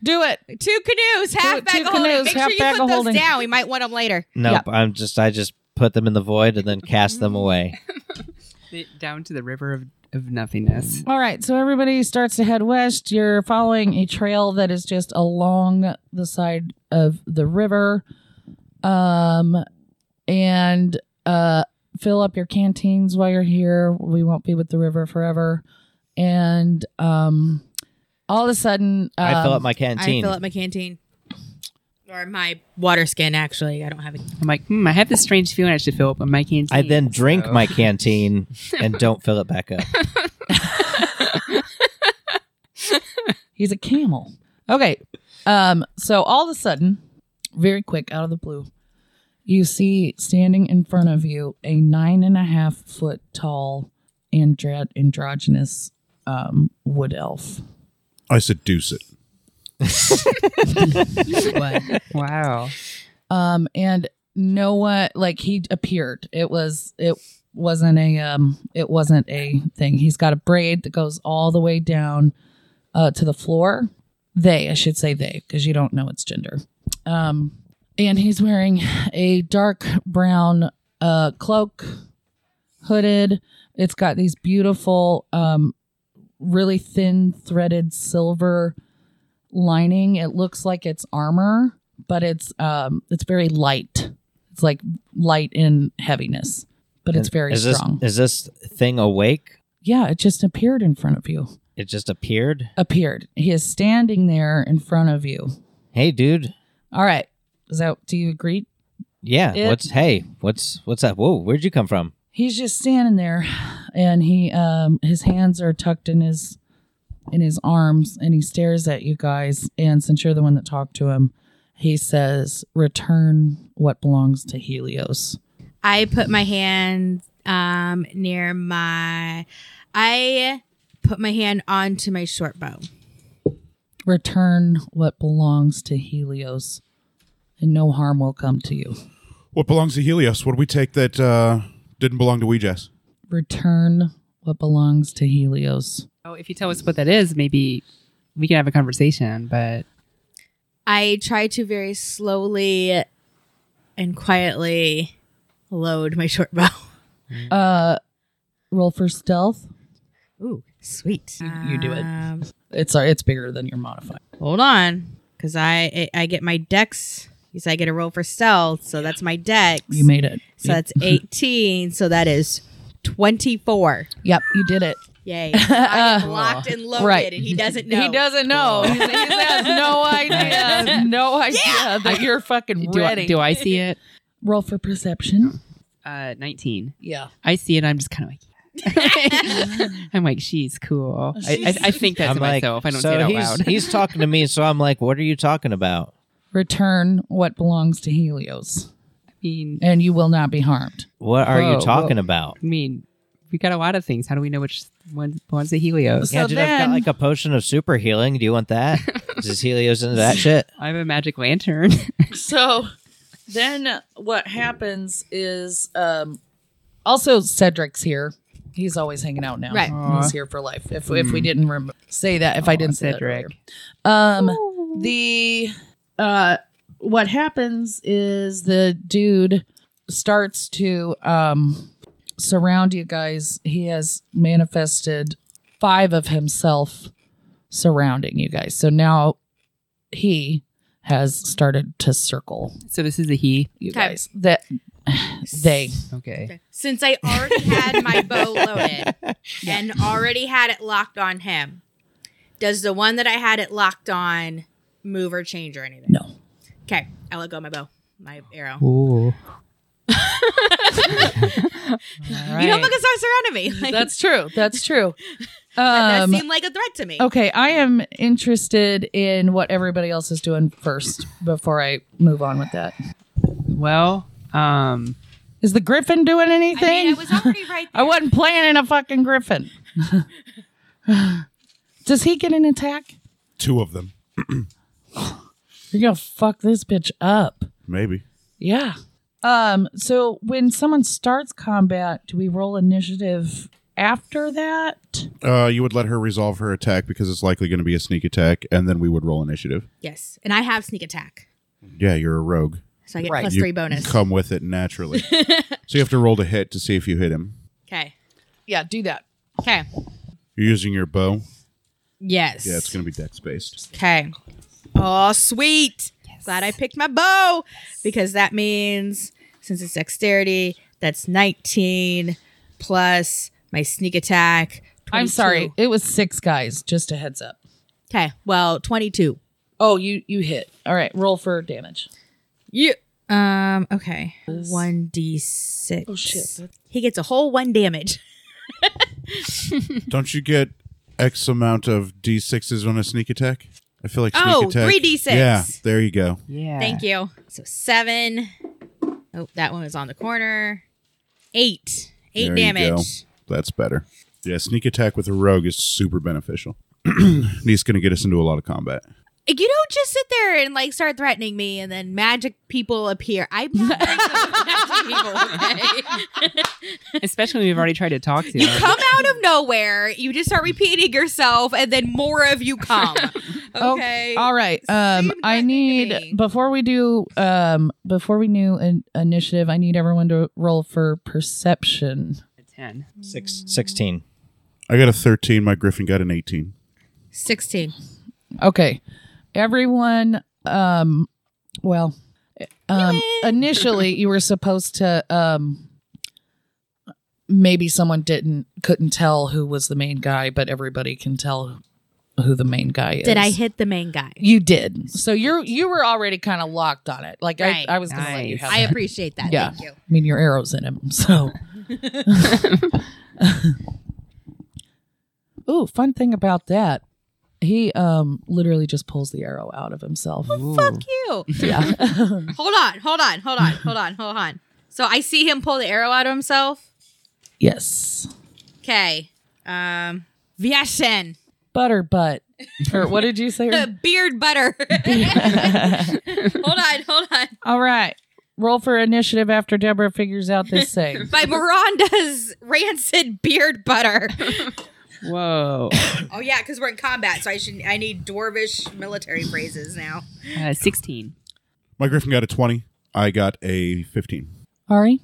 do it.
Two canoes, half bag
two
of holding.
canoes,
Make
half
sure you
bag
put
of
those
holding.
down. We might want them later.
Nope, I'm just I just put them in the void and then cast them away.
down to the river of, of nothingness.
All right, so everybody starts to head west. You're following a trail that is just along the side of the river. Um, and uh, fill up your canteens while you're here. We won't be with the river forever. And um, all of a sudden, um,
I fill up my
I
canteen.
fill up my canteen. Or my water skin, actually. I don't have it.
I'm like, hmm, I have this strange feeling I should fill up my canteen.
I then drink
So-
my canteen and don't fill it back up.
He's a camel. Okay. Um, so all of a sudden, very quick, out of the blue, you see standing in front of you a nine and a half foot tall andro- androgynous um, wood elf.
I seduce it.
Wow.
Um, and Noah, like he appeared. It was it wasn't a um it wasn't a thing. He's got a braid that goes all the way down uh, to the floor. They, I should say they, because you don't know its gender. Um, and he's wearing a dark brown uh, cloak, hooded. It's got these beautiful, um, really thin threaded silver lining. It looks like it's armor, but it's um, it's very light. It's like light in heaviness, but it's very
is this,
strong.
Is this thing awake?
yeah, it just appeared in front of you.
It just appeared.
Appeared. He is standing there in front of you.
Hey, dude.
All right. So, do you agree?
Yeah.
It-
what's hey? What's what's that? Whoa! Where'd you come from?
he's just standing there and he um his hands are tucked in his in his arms and he stares at you guys and since you're the one that talked to him he says return what belongs to helios
I put my hand um, near my. I put my hand onto my short bow.
return what belongs to helios and no harm will come to you
What belongs to Helios? What do we take that uh, didn't belong to Weejas?
return what belongs to helios
Oh, if you tell us what that is, maybe we can have a conversation. But
I try to very slowly and quietly load my short bow.
uh roll for stealth
Ooh, sweet.
you do it.
Um,
it's it's bigger than your modifier
Hold on, because I I get my dex. Because I get a roll for stealth, so that's my dex.
you made it
so that's eighteen. So that is twenty-four.
yep you did it
Yay! I am locked and loaded,
right.
and he doesn't know.
He doesn't know. He's- he has no
uh,
idea. No idea that you're fucking
do
ready.
I, do I see it?
Roll for perception.
Uh, 19.
Yeah.
I see it. I'm just kind of like, I'm like, she's cool. I, I, I think that
I'm
to
like,
myself. I don't
so
say it out
he's,
loud.
he's talking to me, so I'm like, what are you talking about?
Return what belongs to Helios,
I mean,
and you will not be harmed.
What are
Whoa,
you talking about?
I mean, we got a lot of things. How do we know which one, one's the Helios?
So
yeah, dude, I've
then-
got like a potion of super healing. Do you want that? Is Helios into that shit?
I have a magic lantern.
So then what happens is um also Cedric's here. He's always hanging out now.
Right.
He's here for life. If, if we didn't rem- say that, if I didn't say that earlier.
Cedric.
Um, the uh, what happens is the dude starts to um surround you guys. He has manifested five of himself surrounding you guys. So now he has started to circle
So this is a he.
you
Okay.
guys. That they
Okay.
Since I already had my bow loaded and already had it locked on him, does the one that I had it locked on move or change or anything?
no.
Okay, I let go of my bow, my arrow.
Ooh.
You don't look at surrounding me. Like,
That's true. That's true.
that
Um,
seemed like a threat to me.
okay, I am interested in what everybody else is doing first before I move on with that.
Well, um,
Is the griffin doing
I
anything?
mean, I was already right
I
there.
wasn't planning a fucking griffin. Does he get an attack?
Two of them,
You're gonna fuck this bitch up.
maybe.
Yeah. Um, so when someone starts combat, do we roll initiative after that?
Uh, you would let her resolve her attack because it's likely going to be a sneak attack, and then we would roll initiative.
Yes, and I have sneak attack,
Yeah, you're a rogue.
so I get
Right.
plus
You
three bonus.
Come with it naturally. so you have to roll to hit to see if you hit him.
Okay.
Yeah, do that.
Okay.
You're using your bow.
Yes.
Yeah, it's going to be dex based.
Okay. Oh, sweet. Glad I picked my bow because that means, since it's dexterity, that's 19 plus my sneak attack.
I'm sorry. It was six guys, just a heads up.
Okay. Well, 22.
Oh, you you hit. All right, roll for damage.
Yeah. Um, okay. 1d6. Oh,
shit.
He gets a whole one damage.
Don't you get X amount of d6s on a sneak attack? I feel like sneak
Oh,
attack.
3d6.
Yeah, there you go.
yeah.
Thank you. So seven. Oh, that one was on the corner. Eight. Eight
There you go.
damage.
That's better. Yeah, sneak attack with a rogue is super beneficial. and he's going to get us into a lot of combat.
Like, you don't just sit there and like start threatening me and then magic people appear. I'm not very good with magic people. okay?
Especially when we've already tried to talk to
You
you.
come out of nowhere, you just start repeating yourself, and then more of you come. Okay.
All right. Um,
Seemed
I
threatening to
need
me.
before we do um before we do an initiative. I need everyone to roll for perception.
Ten.
Six, 16.
I got a 13. My griffin got an 18.
16.
Okay. Everyone um well um initially you were supposed to um maybe someone didn't couldn't tell who was the main guy, but everybody can tell who the main guy is.
Did I hit the main guy?
You did. So you're you were already kind of locked on it. Like
Right.
I, I was gonna let you
Nice.
have
I
that.
appreciate that.
Yeah.
Thank you.
I mean, your arrow's in him, so. Ooh, fun thing about that. He um literally just pulls the arrow out of himself.
Fuck you.
Yeah.
Hold on, hold on, hold on, hold on, hold on. So I see him pull the arrow out of himself.
yes.
Okay. Um Vyashen.
Butter butt. Or what did you say?
Beard butter. hold on, hold on.
All right. Roll for initiative after Deborah figures out this thing.
by Miranda's rancid beard butter.
Whoa.
oh yeah, because we're in combat, so I should I need dwarvish military phrases now.
Uh, Sixteen.
My griffin got a 20. I got a 15.
Ari,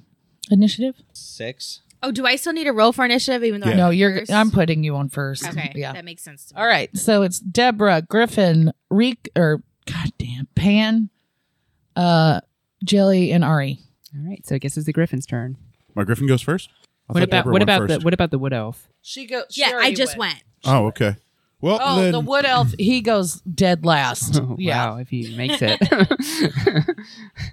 initiative?
Six.
Oh, do I still need a roll for initiative even though
Yeah.
I'm
No, you're.
first?
I'm putting you on first.
Okay,
Yeah.
that makes sense. To me.
All right. So it's Deborah, Griffin, Reek, or goddamn Pan, uh, Jelly, and Ari.
All right. So I guess it's the Griffin's turn.
My griffin goes first? I
What
thought
about
Deborah
what
went
about
first.
the what about the wood elf?
She goes.
Yeah, I just went.
Oh, okay. Well,
Oh,
then
the wood elf. He goes dead last.
Oh,
yeah.
Wow. If he makes it.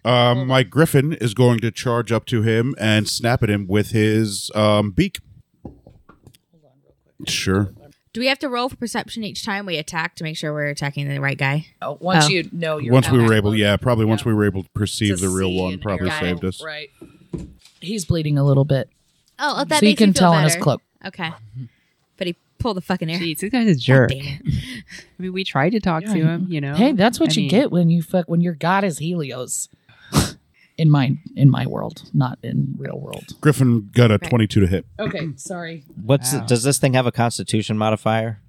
um, my griffin is going to charge up to him and snap at him with his um, beak. Sure.
Do we have to roll for perception each time we attack to make sure we're attacking the right guy?
Oh, once
Oh.
you know you're
Once we
out
were able, yeah, probably once
Yeah.
we were able to perceive
to
the real
see
one,
an
probably
arrow,
saved us.
Right. He's bleeding a little bit,
Oh, well, that
so you
makes me
can
feel
tell on his
better.
cloak.
Okay, but he pulled the fucking air.
Jeez, this guy's a jerk.
Damn it.
I mean, we tried to talk
Yeah,
to
I
him. You know.
Hey, that's what
I
you
mean-
get when you fuck when your god is Helios. in my in my world, not in real world.
Griffin got a 22 to hit.
Okay, sorry.
What's
Wow.
does this thing have a constitution modifier?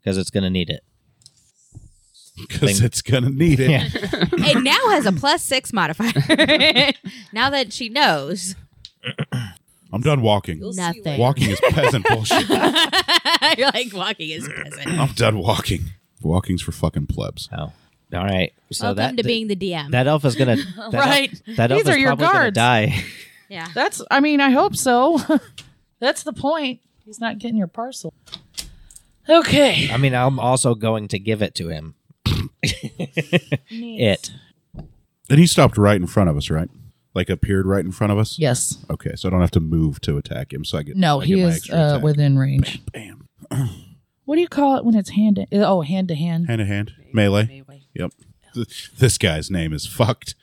Because it's going to need it.
Because
Thing.
it's gonna need it.
Yeah.
it now has a plus six modifier. now that she knows
I'm done walking.
nothing,
Walking is peasant bullshit.
you're like walking is peasant.
I'm done walking. Walking's for fucking plebs.
Oh, all right. So that
Welcome to being the DM.
that elf is going to that
Right.
Elf, that elf
These
is
are your
probably going to
guards.
die.
yeah.
uh, That's I mean, I hope so. That's the point. He's not getting your parcel. Okay.
I mean, I'm also going to give it to him. it.
And he stopped right in front of us, right? Like appeared right in front of us.
Yes.
Okay, so I don't have to move to attack him. So I get
No,
I
he
get my
is
extra
uh,
attack.
within range.
Bam.
What do you call it when it's hand? To, oh, hand to hand.
Hand to hand. Melee. Yep. Th- This guy's name is fucked.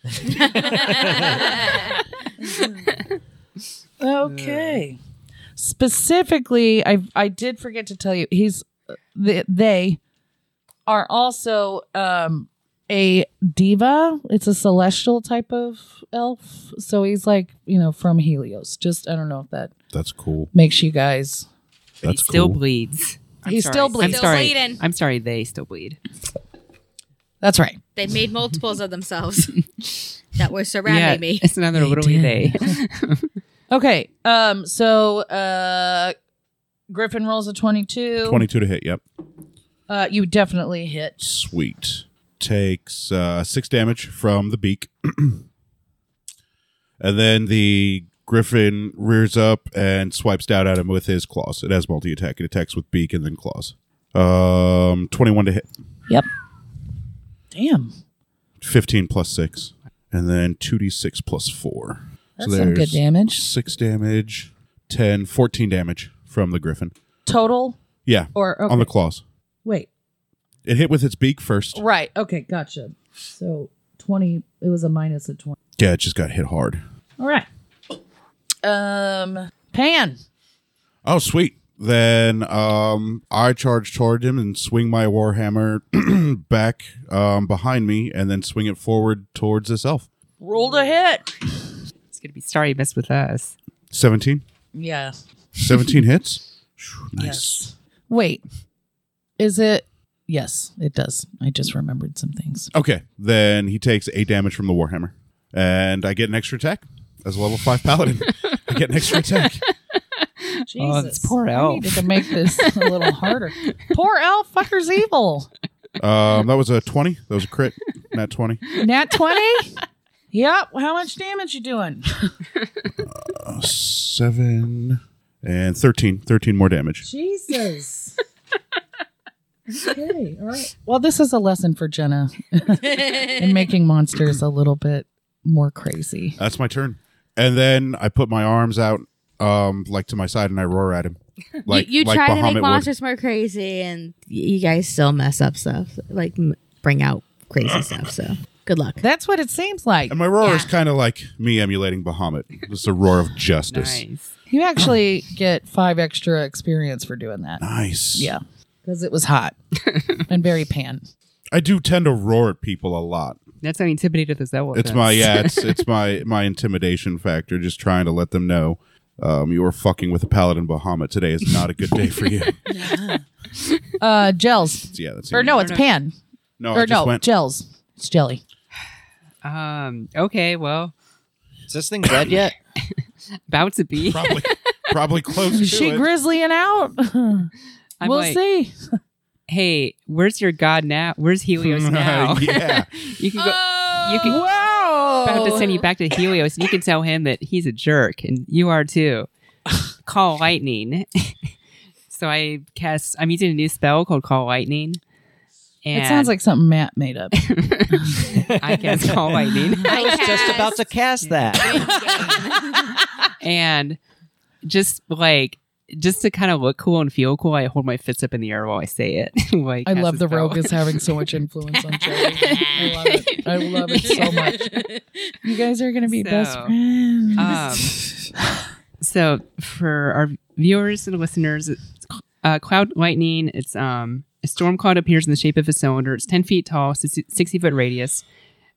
Okay. Specifically, I I did forget to tell you he's th- they are also um a diva. It's a celestial type of elf. So he's like, you know, from Helios. Just I don't know if that
That's cool.
makes you guys
That's
he still
cool.
bleeds. I'm
He
sorry.
still
I'm
bleeds.
Still
sorry.
bleeding.
I'm sorry. They still bleed.
That's right.
They made multiples of themselves that were surrounding
yeah,
me.
it's another
They
literally
did.
they.
Okay. Um so uh Griffin rolls a 22.
22 to hit. Yep.
Uh you definitely hit.
Sweet. Takes uh, six damage from the beak. and then the griffin rears up and swipes down at him with his claws. It has multi attack. It attacks with beak and then claws. Um, 21 to hit.
Yep. Damn.
15 plus 6. And then 2d6 plus 4.
That's some good damage.
6 damage, 10, 14 damage from the griffin.
Total
Yeah.
or okay.
On the claws.
Wait.
It hit with its beak first.
Right. Okay. Gotcha. So 20, it was a minus of 20.
Yeah, it just got hit hard.
All right. Um, Pan.
Oh, sweet. Then um, I charge toward him and swing my warhammer back um, behind me, and then swing it forward towards this elf.
Rolled a hit.
it's gonna be sorry you messed with us.
17?
Yeah.
17 hits. Phew, Nice.
Yes. Wait. Is it? Yes, it does. I just remembered some things.
Okay, then he takes eight damage from the warhammer, and I get an extra attack as a level five paladin. I get an extra attack.
Jesus.
Oh, this poor
I
elf.
needed to make this a little harder. Poor elf fucker's evil.
Um, that was a twenty. That was a crit, not twenty.
Nat 20? yep. How much damage you doing?
Uh, seven and 13. 13 more damage.
Jesus. okay. All right. Well, this is a lesson for Jenna in making monsters a little bit more crazy.
That's my turn. And then I put my arms out, um, like to my side, and I roar at him, like
you you
like
try to
Bahamut
make
would.
monsters more crazy, and y- you guys still mess up stuff, like m- bring out crazy stuff. So good luck.
That's what it seems like.
And my roar is
Yeah.
kind of like me emulating Bahamut. It's a roar of justice.
Nice.
You actually get five extra experience for doing that.
Nice.
Yeah. Because it was hot and very pan.
I do tend to roar at people a lot.
That's how intimidated those that was.
It's my yeah. It's it's my my intimidation factor. Just trying to let them know, um, you are fucking with a paladin Bahamut. Today is not a good day for you.
Uh, gels.
yeah. That's
Or no, it's pan.
no. I
Or
Oh, just
no,
went.
gels. It's jelly.
Um. Okay. Well,
Is this thing dead yet?
about to be.
probably probably close to
Is she
it.
grizzlying out?
I'm
we'll
like,
see.
Hey, where's your god now? Where's Helios now?
yeah.
you can go. You can.
Whoa.
About to send you back to Helios, and you can tell him that he's a jerk, and you are too. Call lightning. so I cast. I'm using a new spell called Call Lightning. And
It sounds like something Matt made up.
I cast Call Lightning.
I was just about to cast that.
and just like just to kind of look cool and feel cool, I hold my fists up in the air while I say it. like
I
cast
love the
spell.
rogue is having so much influence on Joey. I love it. I love it so much. You guys are gonna be best
So,
friends.
Um, so for our viewers and listeners, it's, uh, cloud lightning. It's um, a storm cloud appears in the shape of a cylinder. It's ten feet tall, sixty foot radius.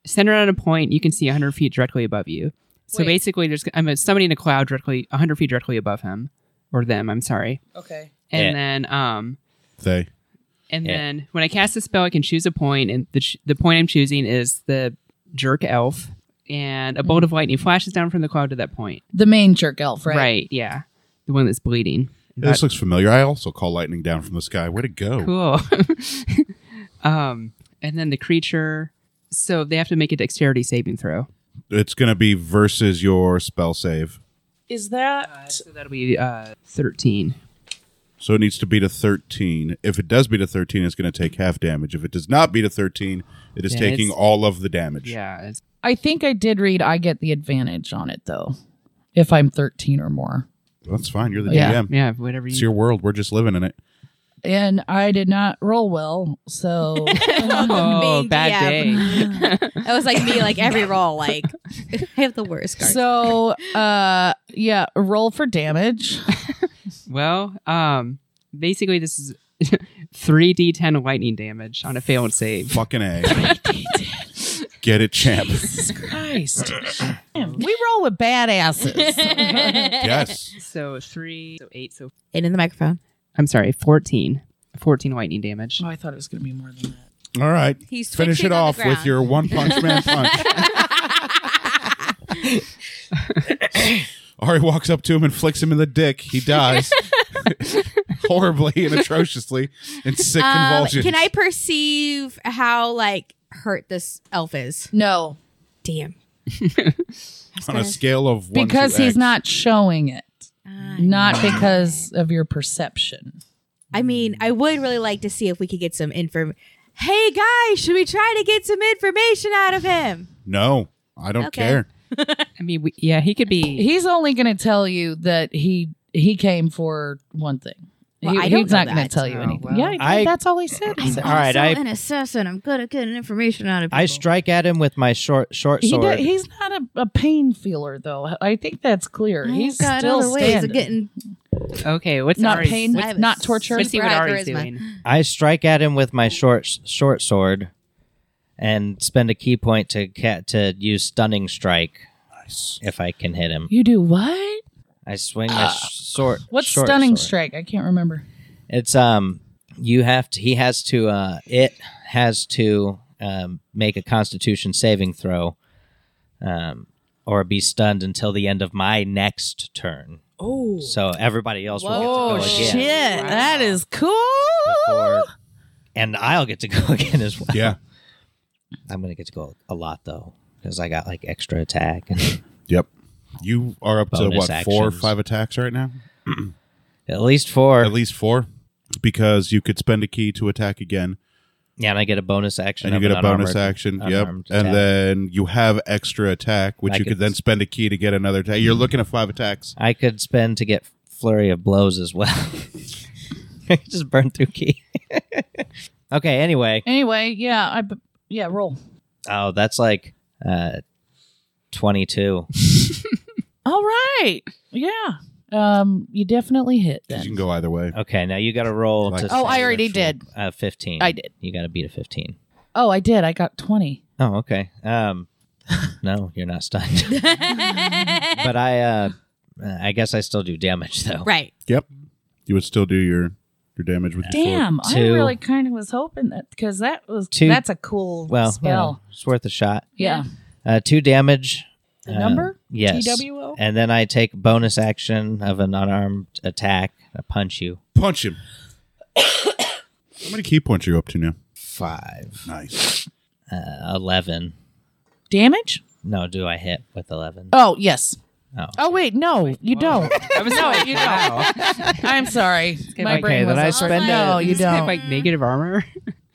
Centered on a point, you can see hundred feet directly above you. So
Wait.
basically, there's I'm summoning a cloud directly hundred feet directly above him or them. I'm sorry.
okay.
And
Yeah.
then um,
They.
And
Yeah.
then when I cast a spell, I can choose a point, and the, ch- the point I'm choosing is the jerk elf. And a bolt of lightning flashes down from the cloud to that point.
The main jerk elf, right?
yeah. The one that's bleeding.
This looks familiar. I also call lightning down from the sky. Where'd it go?
Cool. um, and then the creature. So they have to make a dexterity saving throw.
It's gonna be versus your spell save.
Is that
So that'll be uh, 13.
So it needs to beat a thirteen. If it does beat a thirteen, it's gonna take half damage. If it does not beat a thirteen, it is
Then
taking
it's-
all of the damage.
Yeah. It's,
I think I did read I get the advantage on it though. If I'm thirteen or more.
That's fine. You're the
Yeah.
DM.
yeah, whatever you.
It's your world. We're just living in it.
and I did not roll well. So
Oh,
Big
bad
DM. That was like me, like every roll, like I have the worst card.
so uh yeah, roll for damage.
Well, um, basically this is three D ten lightning damage on a failed save.
Fucking A. Get it, champ.
Christ. we roll with badasses.
yes.
So three, so eight, so
and in the microphone,
I'm sorry, fourteen. Fourteen lightning damage.
I thought it was gonna be more than that.
All right.
He's
Finish
twitching
it
on the
off with
ground.
your one punch man punch. Ari walks up to him and flicks him in the dick. He dies horribly and atrociously in sick
Um,
convulsions.
can I perceive how like hurt this elf is?
No.
Damn.
on a scale of one
Because
to
he's
X.
not showing it.
I
Not because of your perception.
I mean, I would really like to see if we could get some inform. Hey guys, should we try to get some information out of him?
No, I don't
Okay.
care.
I mean, we, yeah, he could be.
He's only gonna tell you that he he came for one thing.
Well,
He-
I don't
he's
know
not gonna
that.
tell you
Oh,
anything.
well.
Yeah, he-
I-
that's all he said. He said-
All right, I-
an assassin. I'm good at getting information out of.
I strike at him with my short short
He
sword.
did, he's not a, a pain feeler though. I think that's clear. he's still standing.
getting
Okay, what's
not
Ari's-
pain,
I have a
not torture.
Let's see what
Brad
Ari's
Charisma.
doing.
I strike at him with my short short sword, and spend a key point to cat to use stunning strike. If I can hit him,
You do what?
I swing my sh- sword.
Ah. What's
short
stunning
sword.
strike? I can't remember.
It's um you have to he has to uh it has to um make a constitution saving throw um or be stunned until the end of my next turn. Oh. So everybody else will get to go again.
that is cool.
before- and I'll get to go again as well.
Yeah.
I'm going to get to go a lot though cuz I got like extra attack and
Yep. You are up to
Bonus
what four or
actions.
five attacks right now?
at least four.
At least four, because you could spend a key to attack again,
yeah, and I get a bonus action.
and you
of
get
an
a bonus
unarmored-
action. Yep,
unarmed
and
attack.
then you have extra attack, which
I Hmm.
you could
could-
then spend a key to get another attack. You're looking at five attacks.
I could spend to get flurry of blows as well. I could just burn through key. okay. Anyway,
Anyway, yeah, I b- yeah, roll.
oh, that's like uh, twenty-two.
All right. Yeah. Um you definitely hit
You can
then.
go either way.
Okay, now you got to roll
Like-
to
Oh, I
save
already
Actual.
did.
uh, fifteen.
I did.
You got to beat a fifteen.
Oh, I did. I got 20.
Oh, okay. Um, no, you're not stunned. but I, uh, I guess I still do damage though.
right.
Yep, you would still do your your damage with your sword.
Damn, I
Two.
really kind of was hoping that cuz that was
Two-
that's a cool
Well, you know,
spell.
it's worth a shot.
Yeah.
Uh, two damage.
The
Uh,
number?
Yes.
TWO?
And then I take bonus action of an unarmed attack. I punch you.
Punch him. How many key points are you up to now?
Five.
Nice.
Uh, Eleven.
Damage?
No, do I hit with eleven?
Oh, yes.
Oh.
Oh wait, no, you don't.
I was
No, you don't. I'm sorry. My
like-
brain
Okay, then
was
I
on-
spend
No,
a-
you
Does it have,
don't.
like negative armor.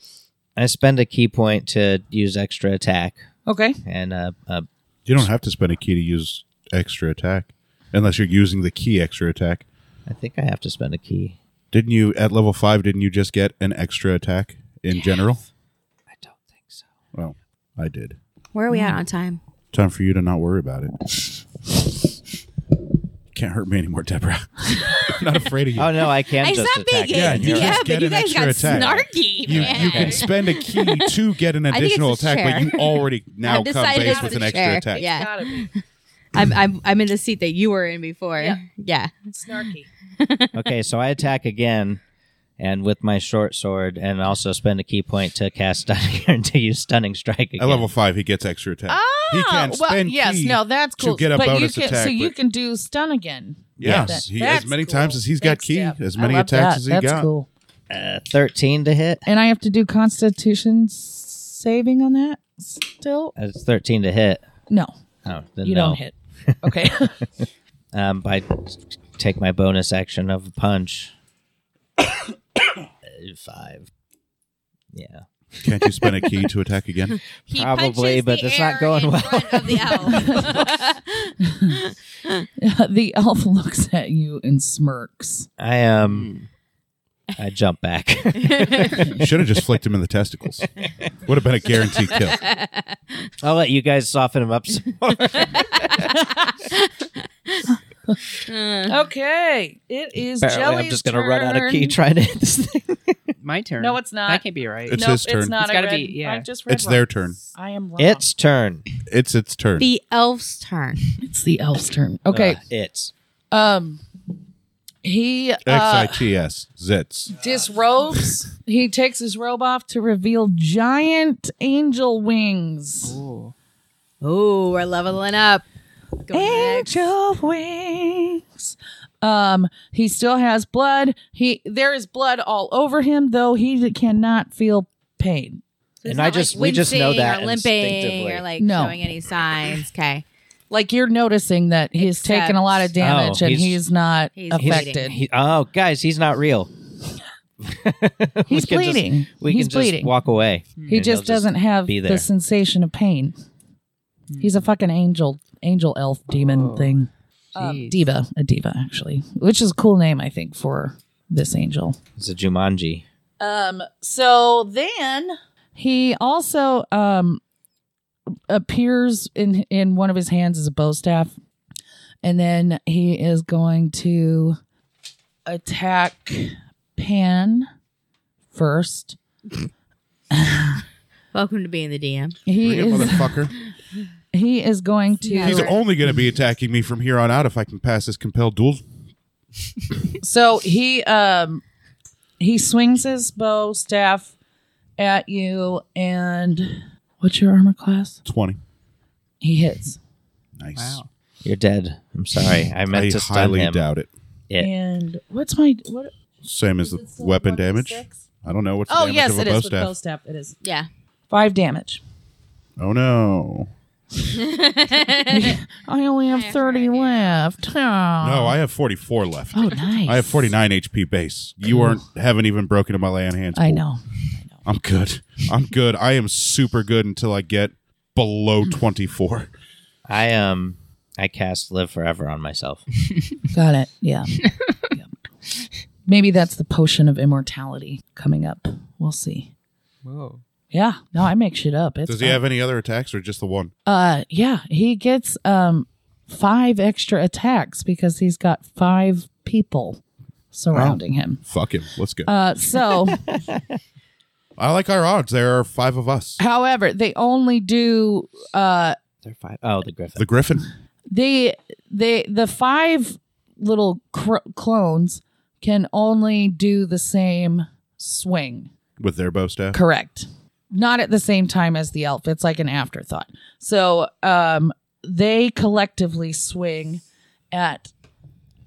I spend a key point to use extra attack
Okay.
and uh, uh,
You don't have to spend a key to use extra attack, unless you're using the key extra attack.
I think I have to spend a key.
Didn't you at level five? Didn't you just get an extra attack in general?
I don't think so.
Well, I did.
Where are we at on time?
Time for you to not worry about it. Can't hurt me anymore, Deborah. I'm not afraid of you.
Oh no, I can
I
just
stopped being
attack.
gay.
Yeah,
Yeah,
you just
but
get
you
an
guys got
extra attack.
snarky,
You,
man.
you can spend a key to get an
think it's
additional
this
attack,
chair.
but you already now
I've
come
decided
base
it's
with
the
an extra
chair.
attack.
Yeah. I'm, I'm I'm in the seat that you were in before.
Yeah.
yeah.
Snarky.
okay, so I attack again, and with my short sword, and also spend a key point to cast stunning to use stunning strike again.
At level five, he gets extra attack. he can
well,
spend
yes,
key
no, that's
to
cool.
get a
but
bonus
you can,
attack,
So you
but-
can do stun again.
Yes, he, as
That's
many
cool.
times as he's got
Thanks,
key,
Deb.
as
I
many
love
attacks
that.
as he
That's
got.
cool.
uh, Thirteen to hit.
And I have to do Constitution saving on that still.
Uh, It's thirteen to hit.
No,
Oh, then
you
no.
don't hit. Okay.
Um, but I take my bonus action of a punch. Uh, Five. Yeah.
Can't you spend a key to attack again?
He
Probably,
punches
but
the
it's not
air
going
in
well.
front of the elf.
the elf looks at you and smirks.
I um I jump back.
You should have just flicked him in the testicles. Would have been a guaranteed kill.
I'll let you guys soften him up. some more.
Uh,
Okay, it is
Apparently, I'm
Jelly's
just gonna run out of key
turn.
trying to hit this thing.
My turn.
No, it's not.
That can't be right.
It's
nope,
his turn.
It's not.
It's
I
gotta
read-
be- yeah.
I just read
It's their
wrong.
turn.
I am wrong.
It's turn.
It's its turn.
The elf's turn.
it's the elf's turn. Okay.
Uh, it's
um, he
X I
uh,
T S. Zits.
disrobes. he takes his robe off to reveal giant angel wings.
Oh, we're leveling up. Go next.
Angel wings. Um, he still has blood. He there is blood all over him, though he cannot feel pain.
So it's
And
not
I just- we just know
wincing
that
or limping
instinctively.
or like
No.
showing any signs. Okay,
Like you're noticing that he's
Except-
taken a lot of damage
Oh,
and
he's-
he's, not
he's
affected.
he, oh, guys, he's not real. We
He's
can just-
bleeding.
we
he's
can just
bleeding.
walk away.
he
And they'll
just doesn't have
be there.
the sensation of pain. He's a fucking angel, angel elf demon
Oh,
thing. Um,
jeez.
diva, a diva actually, which is a cool name I think for this angel.
It's a Jumanji.
Um, so then he also um appears in in one of his hands as a bow staff, and then he is going to attack Pan first.
welcome to being the DM.
He
Bring it,
is
motherfucker.
he is going to
Yeah,
He's
Lord.
only going to be attacking me from here on out if I can pass this compelled duel.
so he um he swings his bow staff at you and what's your armor class?
20.
He hits.
Nice.
Wow.
You're dead. I'm sorry. I meant
I
to stun
highly
him.
doubt it.
Yeah.
And what's my what
Same as the weapon damage. I don't know what's the
Oh
damage
yes,
of a
it
bow
is with
staff.
bow staff. It is
Yeah,
five damage.
Oh no.
I only have thirty left. Oh.
No, I have 44 left.
oh nice.
I have 49 HP base. You aren't haven't even broken into my lay on hands.
I
pool.
know.
I'm good. I'm good. I am super good until I get below 24.
I um I cast live forever on myself.
Got it. Yeah. Yeah. Maybe that's the potion of immortality coming up. We'll see.
Whoa.
Yeah. No, I make shit up. It's
Does he
fine.
have any other attacks or just the one?
Uh, yeah, he gets um five extra attacks because he's got five people surrounding him.
Fuck him. Let's go.
Uh, so,
I like our odds. There are five of us.
however, they only do uh
They're five. Oh, the griffin.
The Griffin.
they they the five little cr- clones can only do the same swing.
with their bow staff.
Correct. Not at the same time as the elf. It's like an afterthought. So um, they collectively swing at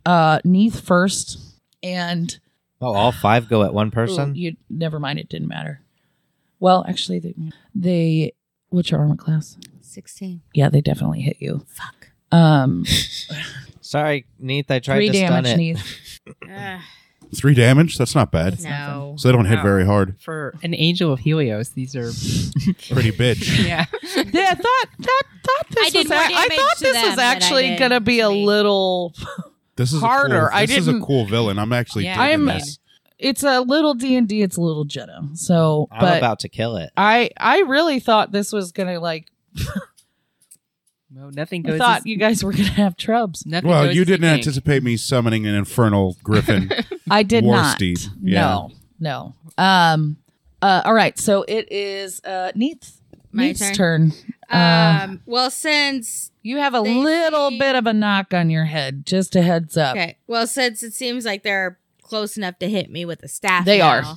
uh, Neath first, and
oh, all five go at one person.
you never mind. It didn't matter. Well, actually, they, they what's your armor class?
sixteen.
Yeah, they definitely hit you.
Fuck.
Um,
Sorry, Neith. I tried
three
to stun
damage,
it.
Neath.
Ugh,
Three damage. That's not bad.
no.
So they don't hit very hard.
For an angel of Helios, these are
Pretty bitch.
yeah.
Yeah, I thought that thought
I
this
did
was.
more
ac- I
damage
thought
to
this
them
was
than I
actually
did
gonna be
to
a
me.
little.
This is
Harder.
A cool,
I
this is a
didn't-
cool villain. I'm actually.
Yeah.
digging
I'm-
this.
It's a little D and D. It's a little Jetta. So,
I'm
but
about to kill it.
I I really thought this was gonna like.
Well, nothing
I
goes.
thought
as,
you guys were gonna have trubs.
nothing
Well,
goes
you
as
didn't
think.
anticipate me summoning an infernal griffin.
I did
War
not.
steed.
No, no. Um. Uh. All right. So it is uh Neath.
My
Neath's turn. Uh,
Um. Well, since
you have a
they
little
see-
bit of a knock on your head. Just a heads up.
okay. Well, since it seems like they're close enough to hit me with a staff,
They are.
now,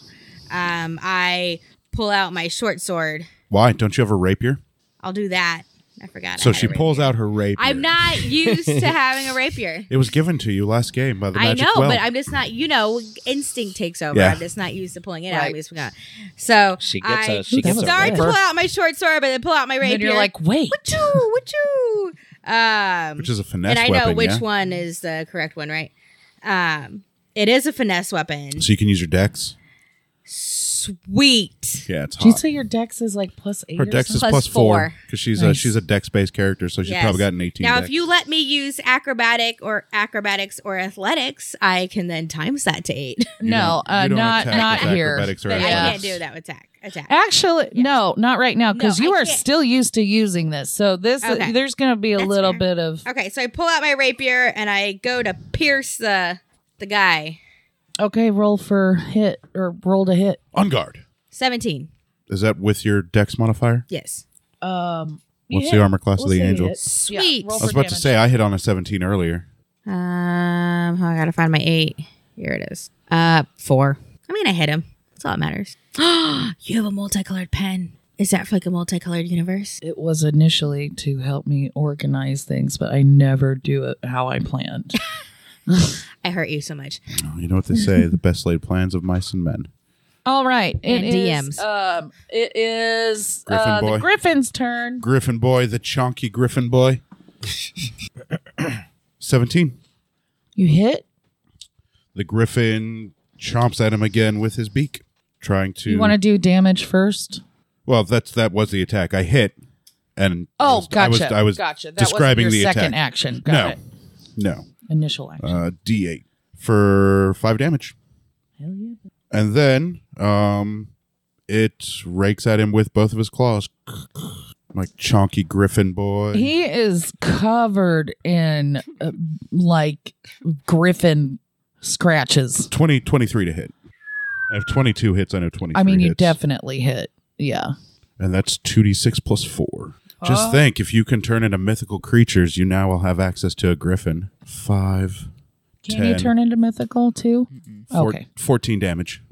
Um. I pull out my short sword.
Why don't you have a rapier?
I'll do that. I forgot. I
So
had
she
a
pulls
rapier.
out her rapier.
I'm not used to having a rapier.
It was given to you last game by the
I
magic
know,
well.
but I'm just not. You know, instinct takes over.
Yeah.
I'm just not used to pulling it out. I'm
Right.
used to pulling it out. So
She gets
I
a she gets a
start to
rapier.
pull out my short sword, but then pull out my
And
rapier.
then you're like, wait.
wachoo, wachoo. Um,
which is a finesse
and I
weapon.
know which
yeah?
one is the correct one, right? Um, it is a finesse weapon.
So you can use your decks.
Sweet.
Yeah, it's
Did you
hot.
say your dex is like plus eight?
Her
or
dex is
something?
Plus
plus four
four.
because she's a
Nice.
she's a dex based character, so she's
Yes.
probably got an eighteen.
Now,
dex.
if you let me use acrobatic or acrobatics or athletics, I can then times that to eight.
You
no,
don't- you
uh,
don't
not
attack
not
with
here.
acrobatics or
But I
athletics.
can't do that with attack. Attack.
Actually, no, not right now because
No,
you
I
are
can't.
still used to using this. So this uh,
Okay.
there's going to be a
That's
little
fair.
bit of
Okay, so I pull out my rapier and I go to pierce the the guy.
okay. Roll for hit or roll to hit.
On guard.
Seventeen.
Is that with your dex modifier?
Yes.
Um, you
What's
hit.
the armor class
We'll
of the
say
angel?
hit. Yeah,
Sweet.
roll
I was
for
about to
damage.
say I hit on a seventeen earlier.
Um, oh, I gotta find my eight. Here it is. Uh, four. I mean, I hit him. That's all that matters. you have a multicolored pen. Is that for like a multicolored universe?
it was initially to help me organize things, but I never do it how I planned.
I hurt you so much.
Oh, you know what they say: the best laid plans of mice and men.
All right, it
And
is,
DMs.
um, it is uh,
Griffin
the
boy.
Griffin's turn.
Griffin boy, the chonky Griffin boy. Seventeen.
You hit.
The Griffin chomps at him again with his beak, trying to.
You want to do damage first?
well, that's that was the attack. I hit, and I
Oh,
was,
gotcha.
I was, I was
gotcha. That
describing
wasn't your
the
second
attack.
action. Got
no,
it.
no.
Initial action.
Uh, D8 for five damage.
Hell yeah.
And then um, it rakes at him with both of his claws. Like chonky griffin boy.
He is covered in uh, like griffin scratches.
20, 23 to hit. I have 22 hits. I know 23
I mean, you
hits.
definitely hit. Yeah.
And that's 2d6 plus 4. Just think, if you can turn into mythical creatures, you now will have access to a griffin. 5,
Can you
10,
turn into mythical too?
four-
Okay.
14 damage.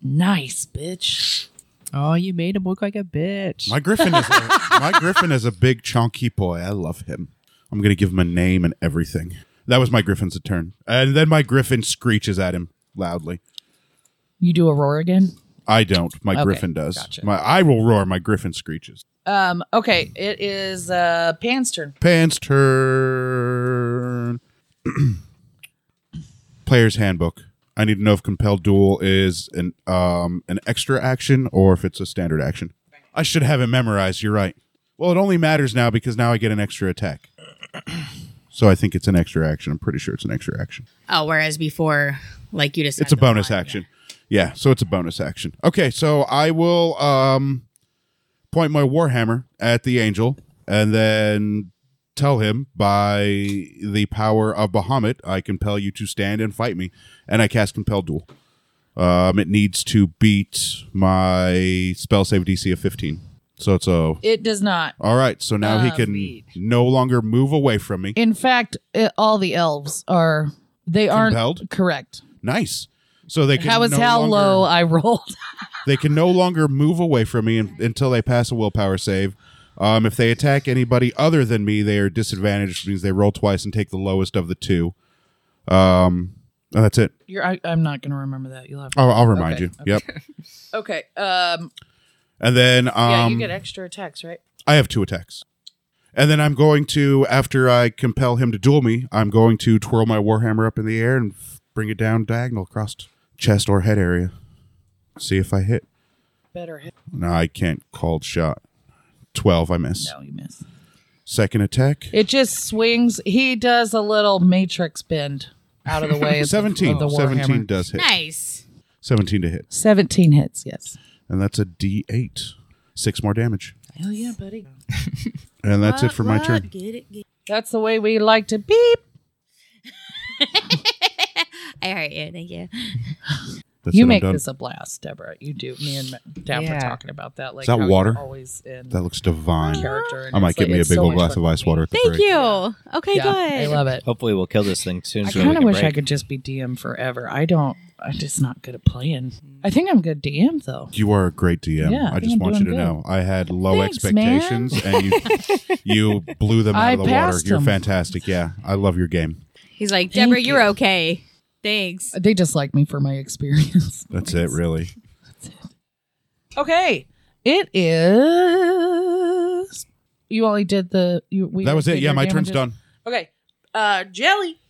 Nice, bitch.
Oh, you made him look like a bitch.
My griffin is a, my griffin is a big chonky boy. I love him. I'm gonna give him a name and everything. That was my griffin's turn, and then my griffin screeches at him loudly.
You do a roar again.
I don't. My griffin does. My I will roar. My griffin screeches.
Um. Okay. It is uh Pan's turn.
Pan's turn. Player's handbook. I need to know if compelled duel is an um an extra action or if it's a standard action. I should have it memorized. You're right. Well, it only matters now because now I get an extra attack. So I think it's an extra action. I'm pretty sure it's an extra action.
Oh, whereas before, like you just
It's a bonus action. Yeah, so it's a bonus action. Okay, so I will um point my warhammer at the angel and then tell him by the power of Bahamut, I compel you to stand and fight me, and I cast compel duel. Um, it needs to beat my spell save DC of 15. So it's a
It does not.
all right. So now
Ah,
he can no longer move away from me.
In fact, it, all the elves are. They aren't
Compelled?
correct.
Nice. So they can
That was
no
how
longer-
low I rolled.
They can no longer move away from me un- until they pass a willpower save. Um, if they attack anybody other than me, they are disadvantaged, which means they roll twice and take the lowest of the two. Um, and that's it.
You're, I, I'm not going to remember that. You'll have.
I'll, I'll remind
Okay,
you. Yep.
Okay. Um.
And then um,
Yeah. you get extra attacks, right?
I have two attacks. And then I'm going to, after I compel him to duel me, I'm going to twirl my Warhammer up in the air and f- bring it down diagonal across chest or head area. See if I hit.
Better hit.
No, I can't. Called shot. 12, I miss.
No, you miss.
Second attack.
It just swings. He does a little matrix bend out of the way. of the-
17.
of the
17
Warhammer.
does hit.
Nice.
17 to hit.
17 hits, yes.
And that's a D8. Six more damage.
Hell yeah, buddy.
And that's it for my turn.
That's the way we like to beep.
I hurt you. Thank you.
That's it,
You
I'm
make
done.
this a blast, Deborah. You do. Me and Ma- Daph were
Yeah.
talking about that. Like
that
how you're
water?
Always in
That looks divine.
character. and
I might
it's
get
like-
me a
it's
big
so
old
much
glass
fun
of
to
ice
beat.
water at the
Thank
break.
you. Okay,
Yeah, I
good.
love it.
Hopefully, we'll kill this thing soon.
I
so we
kind of
can
wish I
break.
could just be DM forever. I don't. I'm just not good at playing. I think I'm good DM though.
You are a great DM.
Yeah, I
I
think
just
I'm
want you
doing
to
good.
know. I had low
Thanks,
expectations and you you blew them out
I
of the water.
passed
You're
him.
fantastic. Yeah. I love your game.
He's like, Deborah,
Thank
you're
you.
okay. Thanks.
They just like me for my experience.
That's it, really.
Okay, it is. You only did the. You, we
That was it.
did
Yeah,
your
my turn's
damages.
done.
Okay, uh, jelly,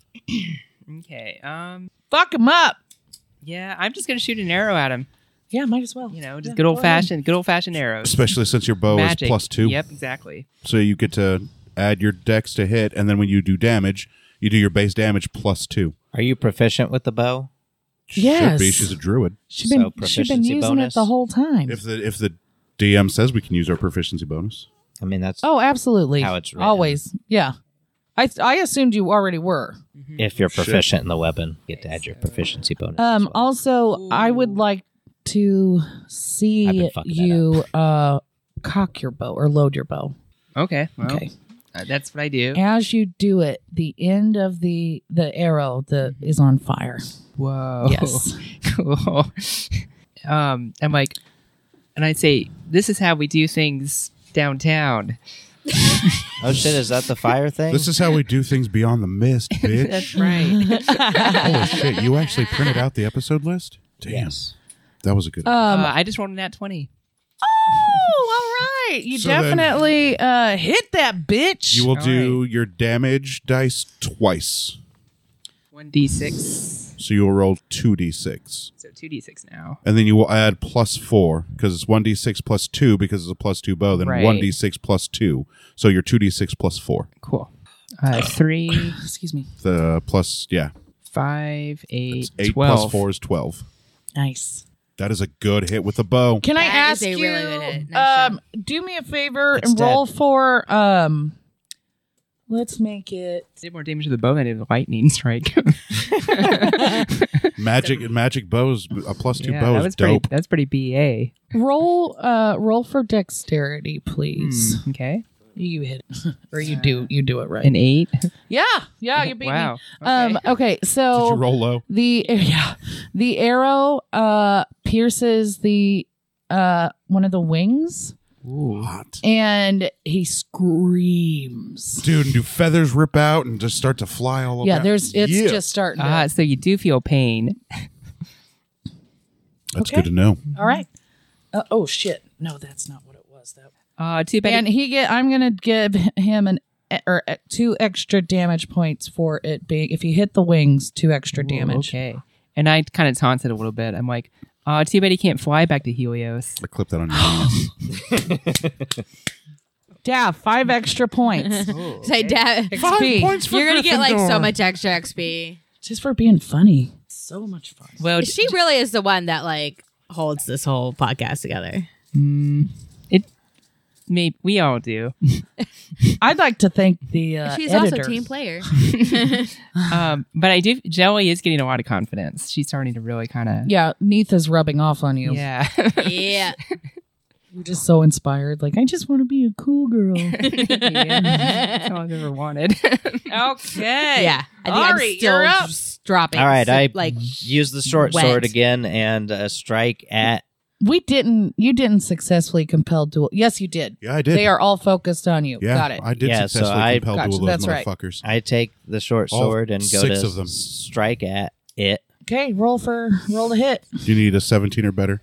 okay. Um.
fuck him up.
Yeah, I'm just gonna shoot an arrow at him.
Yeah, might as well.
You know, just
Yeah,
good
go
old
ahead.
fashioned, good old fashioned arrows.
Especially since your bow
Magic.
is plus two.
Yep, exactly.
So you get to add your dex to hit, and then when you do damage, you do your base damage plus two.
Are you proficient with the bow?
Yes.
Should be. She's a druid.
She's been, she
So
been
proficiency
using
bonus.
it the whole time.
If the if the DM says we can use our proficiency bonus,
I mean, that's
oh, absolutely.
How it's written.
Always. Yeah. I, I assumed you already were.
if you're proficient in the weapon, you get to add your proficiency bonus. as
Um,
well.
also, I would like to
I've
see
been fucking that
you uh, cock your bow or load your bow.
Okay. Well,
Okay.
uh, that's what I do.
As you do it, the end of the the arrow the is on fire.
Whoa.
Oh.
Yes.
cool. um, I'm like, and I say, this is how we do things downtown.
oh shit, is that the fire thing?
this is how we do things beyond the mist, bitch.
That's right.
Holy shit! You actually printed out the episode list. Damn,
yes.
that was a good.
Um,
uh, I just rolled a nat 20.
oh, all right. You
So then-
definitely uh, hit that bitch.
you will
all
do your damage dice twice,
1d6.
so you will roll two d six,
So 2d6 now.
and then you will add plus four because it's one d six plus two because it's a plus two bow. Then
Right.
one d six plus two, so you're two d six plus four.
Cool. Uh, 3,
Excuse me.
The plus yeah,
5, 8,
it's eight
12.
plus four is twelve.
Nice.
That is a good hit with a bow.
Can I
That
ask
is a
you?
really good hit. Nice
um, do me a favor
It's
and roll
dead.
for um. Let's make it.
Did more damage to the bow than I did the lightning strike.
Magic magic bows a plus two
Yeah,
bow
that
is
was
dope.
pretty. That's pretty BA.
Roll uh roll for dexterity, please.
Hmm.
Okay,
You hit it. or you do you do it right.
Hmm. an eight. Oh,
yeah, yeah, you beat
wow.
me. Um okay,
Did you
so
roll low?
the yeah, the arrow uh pierces the uh one of the wings
Hot.
and he screams.
Dude, and do feathers rip out and just start to fly all over?
Yeah, there's it's
Yeah.
just starting. to-
Ah, so you do feel pain.
That's
okay.
good to know.
All right. Uh, oh shit. No, that's not what it was. That
Uh, too bad.
And he get I'm gonna give him an e- or e- two extra damage points for it being if you hit the wings, two extra
Ooh,
damage.
Okay. And I kind of taunted a little bit. I'm like, uh, too bad he can't fly back to Helios.
I clip that on your hand.
Yeah, five extra points.
Say, Dad,
XP.
you're gonna get like so much extra XP.
Just for being funny. So much fun.
Well,
She really is the one that like holds this whole podcast together.
Mm, it may we all do.
I'd like to thank the uh,
She's
editors.
also a team player.
Um, but I do. Joey is getting a lot of confidence. She's starting to really kind of.
Yeah, Neith is rubbing off on you.
Yeah.
yeah.
You're just so inspired. Like I just want to be a cool girl.
That's all I've ever wanted.
okay.
Yeah. I think
Ari,
I'm still
you're up.
just dropping.
All right, I
like
use the short
wet.
sword again and uh, strike at.
We didn't. You didn't successfully compel duel. Yes, you did.
Yeah, I did.
They are all focused on you.
yeah,
Got it.
I did
Yeah, so
successfully
I-
compel
Gotcha,
duel those
that's right.
motherfuckers.
I take the short
All
sword and go
six
to
of them.
strike at it.
okay, roll for roll to hit.
You need a 17 or better.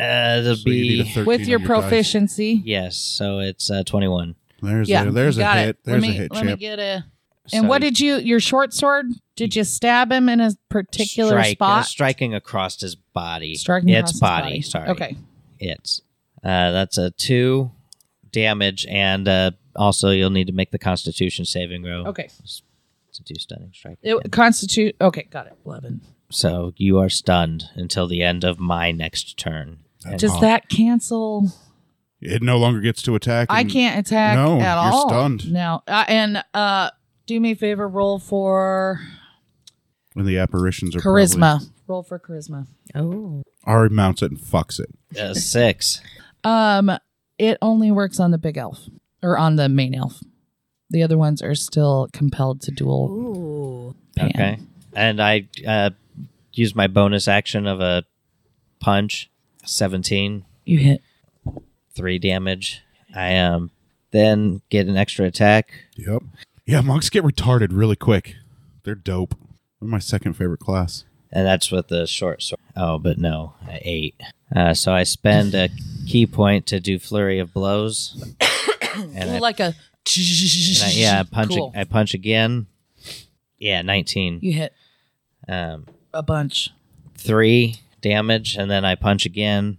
Uh, it'll
So you need a
be
13
with your
on dice.
proficiency.
yes. So it's uh, twenty-one.
There's a, there's a
got
hit.
it.
There's
let me,
a hit,
Let me
champ.
get a.
So
And what did you? Your short sword? Did you stab him in a particular
strike, uh,
spot?
striking across his body.
Striking across
its
his
body, Sorry.
Okay.
It's. Uh, that's a two damage, and uh, also you'll need to make the Constitution saving throw
Okay.
to do stunning strike.
It constitute. Okay, got it. Eleven.
So you are stunned until the end of my next turn. And-
Does that cancel?
It no longer gets to attack.
I
and-
can't attack at
No, you're
all.
stunned.
No. Uh, and uh, do me a favor. Roll for
And the apparitions are
charisma. Roll for charisma.
Probably,
oh.
Ari mounts it and fucks it.
uh, six.
Um, it only works on the big elf or on the main elf. The other ones are still compelled to duel.
Ooh.
Pan.
Okay. And I uh, use my bonus action of a punch, 17,
You hit.
three damage. I um, then get an extra attack.
Yep. Yeah, monks get retarded really quick. They're dope. They're my second favorite class.
And that's with the short sword. Oh, but no, a eight. Uh, so I spend a key point to do flurry of blows. and I, and
like a
I- yeah, I punch.
Cool.
I punch again. Yeah, nineteen.
You hit
Um,
a bunch.
three damage, and then I punch again.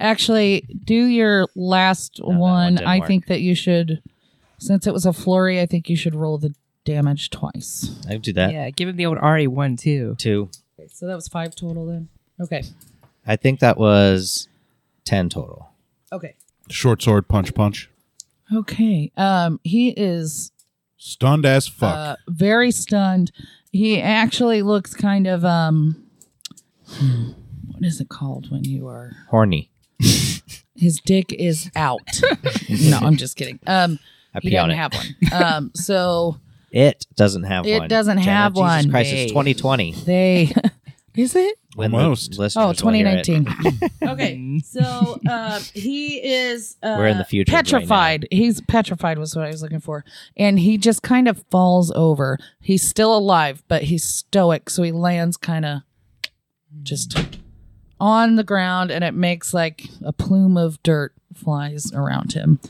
Actually, do your last
that one
one.
didn't
I
work.
think that you should, since it was a flurry, I think you should roll the damage twice.
I can do that
yeah, give him the old RA one too.
too.
Okay, so that was five total then. Okay.
I think that was ten total.
Okay.
Short sword punch punch.
Okay. Um, he is
Stunned as fuck.
uh, very stunned. He actually looks kind of um, hmm, what is it called when you are
Horny.
his dick is out. no, I'm just kidding. Um,
I
he
pee on
doesn't
it.
have one. Um, so
it doesn't have
It
one.
doesn't
Jenna,
have
Jesus
one,
Christ,
babe.
it's 2020.
they is it?
When the
Almost.
listeners
Oh,
will hear it.
2019. okay, so um, he is. Uh,
We're in the future right now.
Petrified. He's petrified was what I was looking for, and he just kind of falls over. He's still alive, but he's stoic, so he lands kind of just on the ground, and it makes like a plume of dirt flies around him.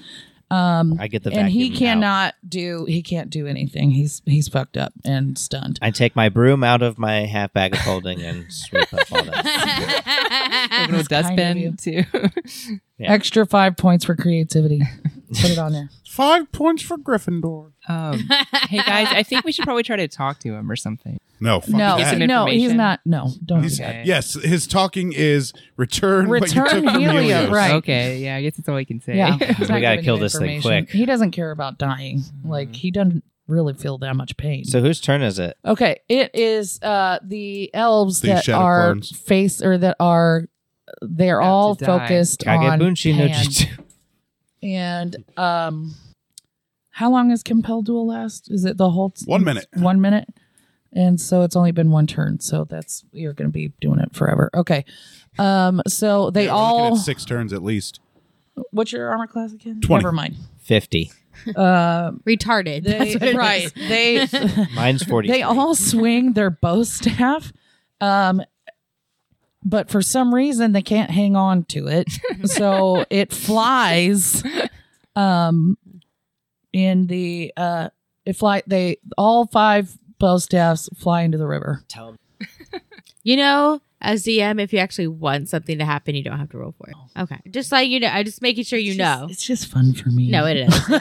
Um,
I get the
and he
vacuum out.
cannot do. He can't do anything. He's he's fucked up and stunned.
I take my broom out of my half bag of holding and sweep up all that.
A little
kind of
dustbin too.
Yeah.
Extra five points for creativity. Put it on there.
Five points for Gryffindor.
um, hey guys, I think we should probably try to talk to him or something.
No, fuck
No,
that.
Get some
no, he's
information.
not. No, don't do
He's-
that.
Okay.
Yes, his talking is return. what you
Return
took from
Helios,
Helios.
right.
Okay. Yeah, I guess that's all I can say.
Yeah, he's
We
not
gotta
giving
kill
you
this thing
information.
quick.
He doesn't care about dying. Like he doesn't really feel that much pain.
So whose turn is it?
okay, it is uh the elves
These
that
shadow
are
clones.
face or that are they're
About
all
to die.
focused on
Kagebunshi no
Pan.
Jutsu.
and um how long is compel duel last? Is it the whole
One minute.
One minute. And so it's only been one turn, so that's you're going to be doing it forever. Okay. Um so they
We're looking
all
at six turns at least.
What's your armor class again?
20.
Never mind.
50.
Uh,
Retarded. That's what it
they,
is.
right. They
Mine's 40.
they all swing their bow staff, um, but for some reason they can't hang on to it, so it flies. Um, in the uh, it fly they all five bow staffs fly into the river.
Tell me.
You know, as DM, if you actually want something to happen, you don't have to roll for it. Okay. Just like you know, I'm Oh. just making sure you
It's just-
know.
it's just fun for me.
No, it is.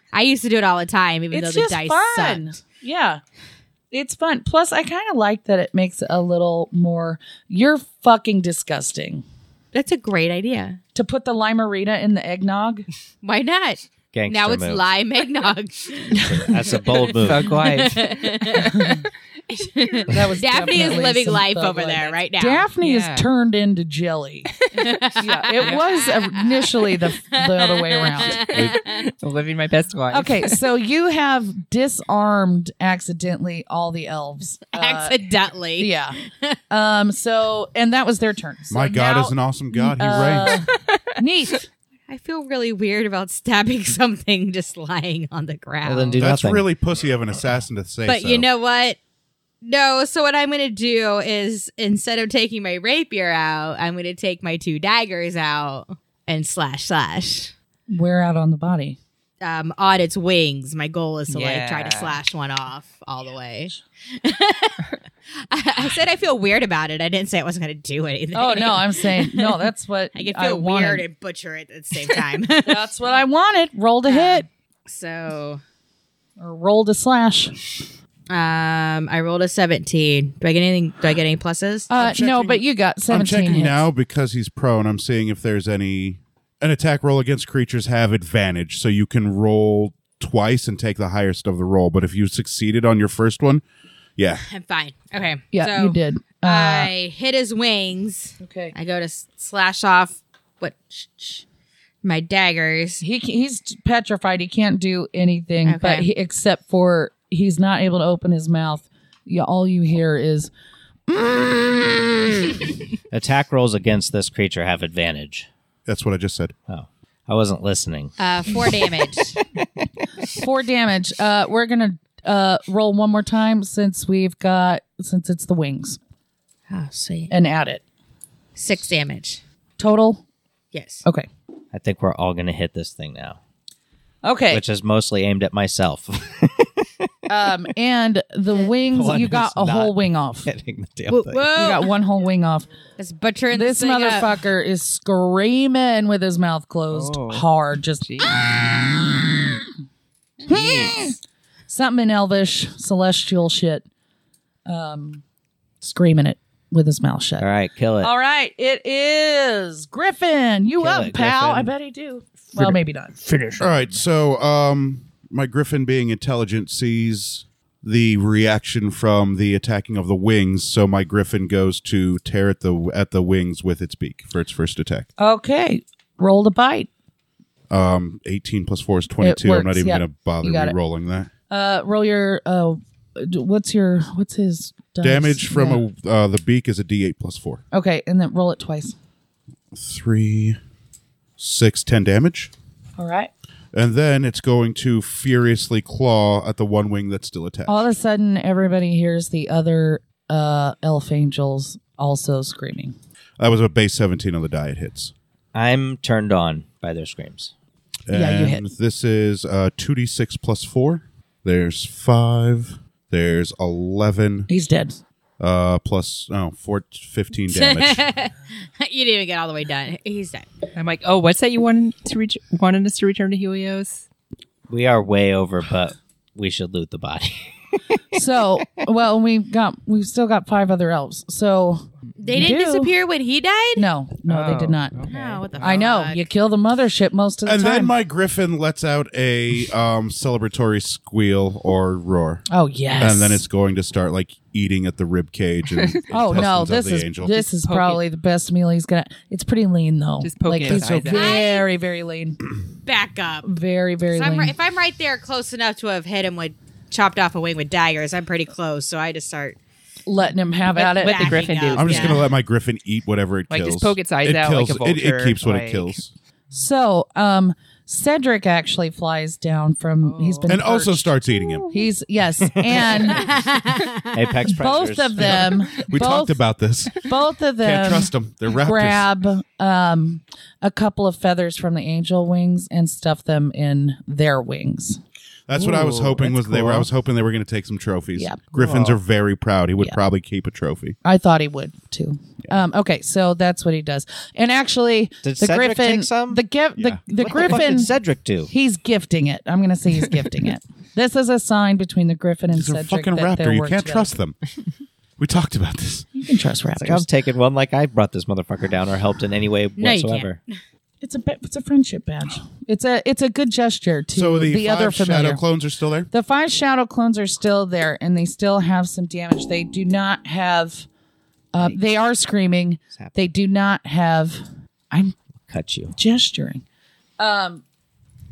I used to do it all the time, even
It's
though the
just
dice
fun.
sucked.
Yeah. It's fun. Plus, I kind of like that it makes it a little more. You're fucking disgusting.
That's a great idea.
To put the limerita in the eggnog.
Why not?
Gangster
now it's
move.
lime eggnog.
That's a bold move.
Thug life.
That was
Daphne is
definitely
living
some
life
thug
over
life.
there right now.
Daphne
Yeah.
is turned into jelly. yeah, it was initially the, the other way around.
Living my best life.
Okay, so you have disarmed accidentally all the elves. Uh,
Accidentally.
yeah. Um. So, and that was their turn. So
My God
now,
is an awesome God. He
uh,
reigns.
Neat.
I feel really weird about stabbing something just lying on the ground.
Well, then do
That's
nothing.
really pussy of an assassin to say.
but
so.
you know what? No, so what I'm going to do is instead of taking my rapier out, I'm going to take my two daggers out and slash slash
Wear out on the body.
um on its wings. My goal is to like try to
Yeah.
slash one off all the way. I, I said I feel weird about it. I didn't say I wasn't going to do anything.
Oh no, I'm saying no. That's what
I can feel
wanted.
weird and butcher it at the same time.
That's what I wanted. Roll to hit
so
or roll to slash.
um I rolled a 17. Do I get anything? Do I get any pluses?
Uh, no,
checking-
but you got 17
I'm checking
hits.
now because he's pro, and I'm seeing if there's any. An attack roll against creatures have advantage, so you can roll twice and take the highest of the roll. But if you succeeded on your first one, yeah,
I'm fine. Okay.
Yeah,
so
you did. Uh,
I hit his wings.
okay.
I go to s- slash off what sh- sh- my daggers.
He ca- he's petrified. He can't do anything, but
Okay.
he, except for he's not able to open his mouth. Yeah, all you hear is
Attack rolls against this creature have advantage.
that's what I just said.
Oh, I wasn't listening.
Uh, four damage.
Ah, four damage. Uh, we're gonna uh roll one more time since we've got since it's the wings
oh, sweet.
and add it
Six damage.
total.
Yes.
Okay.
I think we're all going to hit this thing now,
Okay.
which is mostly aimed at myself.
Um, and the wings,
One
you got
is
a
not-
whole wing off. You
Hitting the damn
Whoa,
thing.
whoa.
got one whole wing off.
It's butchering
This
thing up.
motherfucker is screaming with his mouth closed,
Oh.
hard, just something in Elvish, celestial shit. Um, screaming it with his mouth shut.
All right, kill it.
All right, it is Griffin. You
Kill
up,
it,
pal?
Griffin.
I bet he do. Well, maybe not. Finish.
All right, so um, my griffin, being intelligent, sees the reaction from the attacking of the wings. So my griffin goes to tear at the at the wings with its beak for its first attack.
Okay, roll to bite.
Um, eighteen plus four is twenty-two. I'm
works,
not even
yep.
going to bother
You got it.
re-rolling that
Uh, roll your. Uh, d- what's your? What's his dice?
damage from
Yeah.
a, uh, the beak is a D8 plus four.
Okay, and then roll it twice.
Three, six, ten damage,
All right.
and then it's going to furiously claw at the one wing that's still attached.
All of a sudden, everybody hears the other uh, elf angels also screaming.
that was a base seventeen on the die. It hits.
I'm turned on by their screams.
And
Yeah, you hit.
This is uh, 2d6 plus 4. There's 5. There's 11
He's dead.
uh, plus oh, four, 15 damage.
you didn't even get all the way done. He's done.
I'm like, oh, what's that you wanted to reach? Wanted us to return to Helios?
We are way over, but we should loot the body.
So, well, we've got we've still got five other elves. So,
They didn't
do.
disappear when he died.
no, no, they did
Oh,
not.
okay.
Oh, what the
I know
fuck?
you kill the mothership most of the
and
time.
then my griffin lets out a um, celebratory squeal or roar.
oh yes,
And then it's going to start like eating at the rib cage. And
Oh no!
intestines of
This
the
is
angel.
this is
Poke it.
probably the best meal he's gonna. It's pretty lean though.
Just poke
like
it
he's
with eyes out.
very very lean,
Back up.
very very
So I'm
lean.
ri- if I'm right there, close enough to have hit him with chopped off a wing with daggers, I'm pretty close. So I just start.
Letting him have at it.
with the
backing
griffin dude.
up.
I'm just
Yeah.
going to let my griffin eat whatever it
Like,
kills.
just poke its eyes
it
out like
kills,
a
it, it
vulture,
keeps what it
like-
kills.
So um, Cedric actually flies down from. He's been
And also
perched.
starts eating him.
He's yes, and
Apex predators.
both of them.
We
both,
talked about this.
both of them.
Can't trust them. They're raptors.
grab um, a couple of feathers from the angel wings and stuff them in their wings.
That's what I was
Ooh,
hoping was
that's
they were. I
cool.
was hoping they were going to take some trophies.
Yeah.
Griffins are very proud. He would
Yeah.
probably keep a trophy.
I thought he would too. Um, okay, so that's what he does. And actually,
Did
the
Cedric
griffin,
take some?
the gi-
Yeah.
the, the
What the fuck
griffin,
did Cedric do?
he's gifting it. I'm going to say he's gifting it. This is a sign between the griffin and
He's a
Cedric
fucking
that they're
raptor. You
worked
can't
together.
trust them. we talked about this.
You can trust
Like, I'm
raptors.
taking one like I brought this motherfucker down or helped in any way
No, you
whatsoever.
It's a ba- it's a friendship badge. It's a it's a good gesture to
So the, five
other familiar.
shadow clones are still there.
the five shadow clones are still there, and they still have some damage. They do not have. Uh, they are screaming.
happening?
They do not have. I'm
Cut you.
gesturing. Um,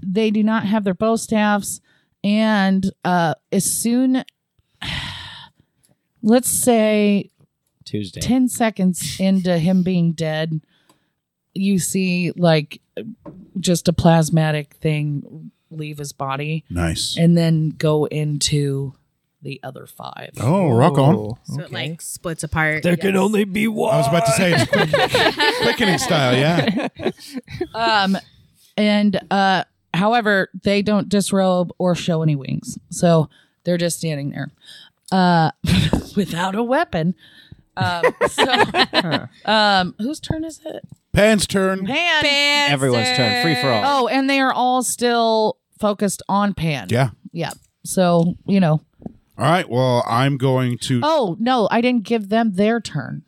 they do not have their bow staffs, and uh, as soon, let's say
Tuesday.
ten seconds into him being dead, you see like just a plasmatic thing leave his body
Nice.
and then go into the other five.
Oh, rock on.
So it like splits apart.
can only be one.
I was about to say it's quick, quickening style. Yeah.
Um, and uh, however, they don't disrobe or show any wings, so they're just standing there, uh, without a weapon. Um, so, um, whose turn is it?
Pan's turn.
Yes.
Everyone's turn. Free for all.
Oh, and they are all still focused on Pan.
Yeah.
yeah. So you know.
All right. Well, I'm going to. Oh,
Oh no, I didn't give them their turn.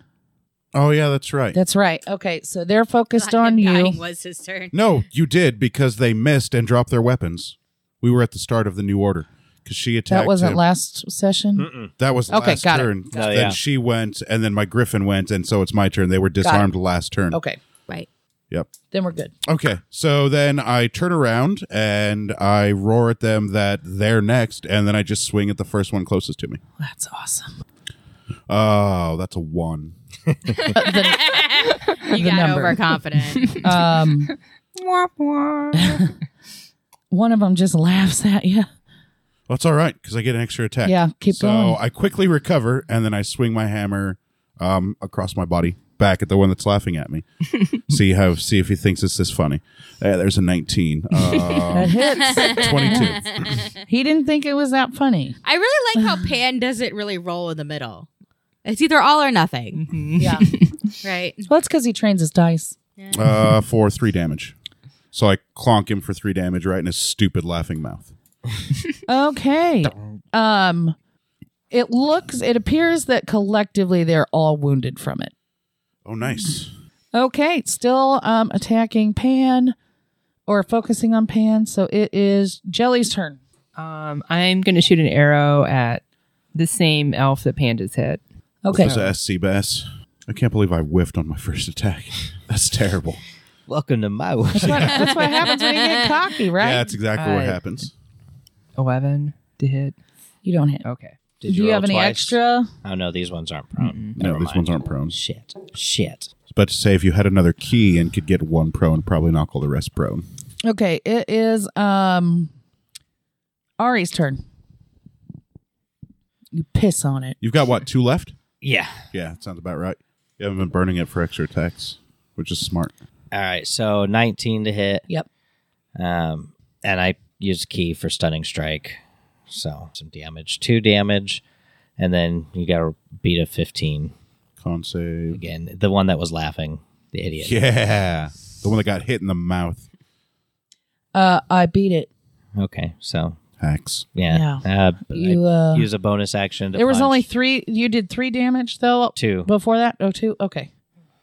yeah, that's right.
That's right. Okay, so they're focused
Not
on
him
you.
dying Was his turn.
no, you did because they missed and dropped their weapons. We were at the start of the new order because she attacked.
That wasn't
him.
last session.
That was
Okay,
last
got it.
turn.
Got it.
then
Yeah.
she went, and then my griffin went, and so it's my turn. They were disarmed last turn.
Okay,
Right.
Yep.
then we're good.
Okay. So then I turn around and I roar at them that they're next, and then I just swing at the first one closest to me.
That's awesome.
Oh, that's a one.
You got
number.
overconfident.
Um.
Wah, wah.
one of them just laughs at you.
That's all right because I get an extra attack.
Yeah, keep
so
going.
I quickly recover, and then I swing my hammer um, across my body back at the one that's laughing at me. see how see if he thinks it's this funny. Uh, there's a 19. Uh,
That hits.
22.
he didn't think it was that funny.
I really like how Pan doesn't really roll in the middle. It's either all or nothing,
Mm-hmm.
Yeah.
right?
well, it's because he trains his dice.
Uh, for 3 damage. So I clonk him for 3 damage right in his stupid laughing mouth.
Okay. Um, it looks. It appears that collectively they're all wounded from it.
Oh nice.
Okay, still um attacking Pan or focusing on Pan. So it is Jelly's turn.
Um, I'm going to shoot an arrow at the same elf that Panda's hit.
Okay.
Possess Seabass. I can't believe I whiffed on my first attack. That's terrible.
Welcome to my world.
That's what, that's what happens when you get cocky, right?
Yeah, that's exactly what
Right.
happens.
11 to hit.
you don't hit.
Okay.
Do you,
Oh, roll
have any
twice?
extra?
Oh no, these ones aren't prone.
No,
Never
these
mind.
ones aren't prone.
Shit. Shit.
But to say if you had another key and could get one prone, probably knock all the rest prone.
Okay, it is um Ari's turn. You piss on it.
You've got what, two left?
Yeah.
Yeah, that sounds about right. You haven't been burning it for extra attacks, which is smart.
All right. So 19 to hit.
Yep.
Um, and I used key for stunning strike. So some damage, two damage, and then you got to beat a 15
Con save.
again. The one that was laughing, the idiot.
Yeah. The one that got hit in the mouth.
Uh I beat it.
Okay. So
Hacks.
yeah. Uh, but
You
I
uh
use a bonus action. To
there was
punch,
only three you did three damage though
two,
before that? Oh two? Okay.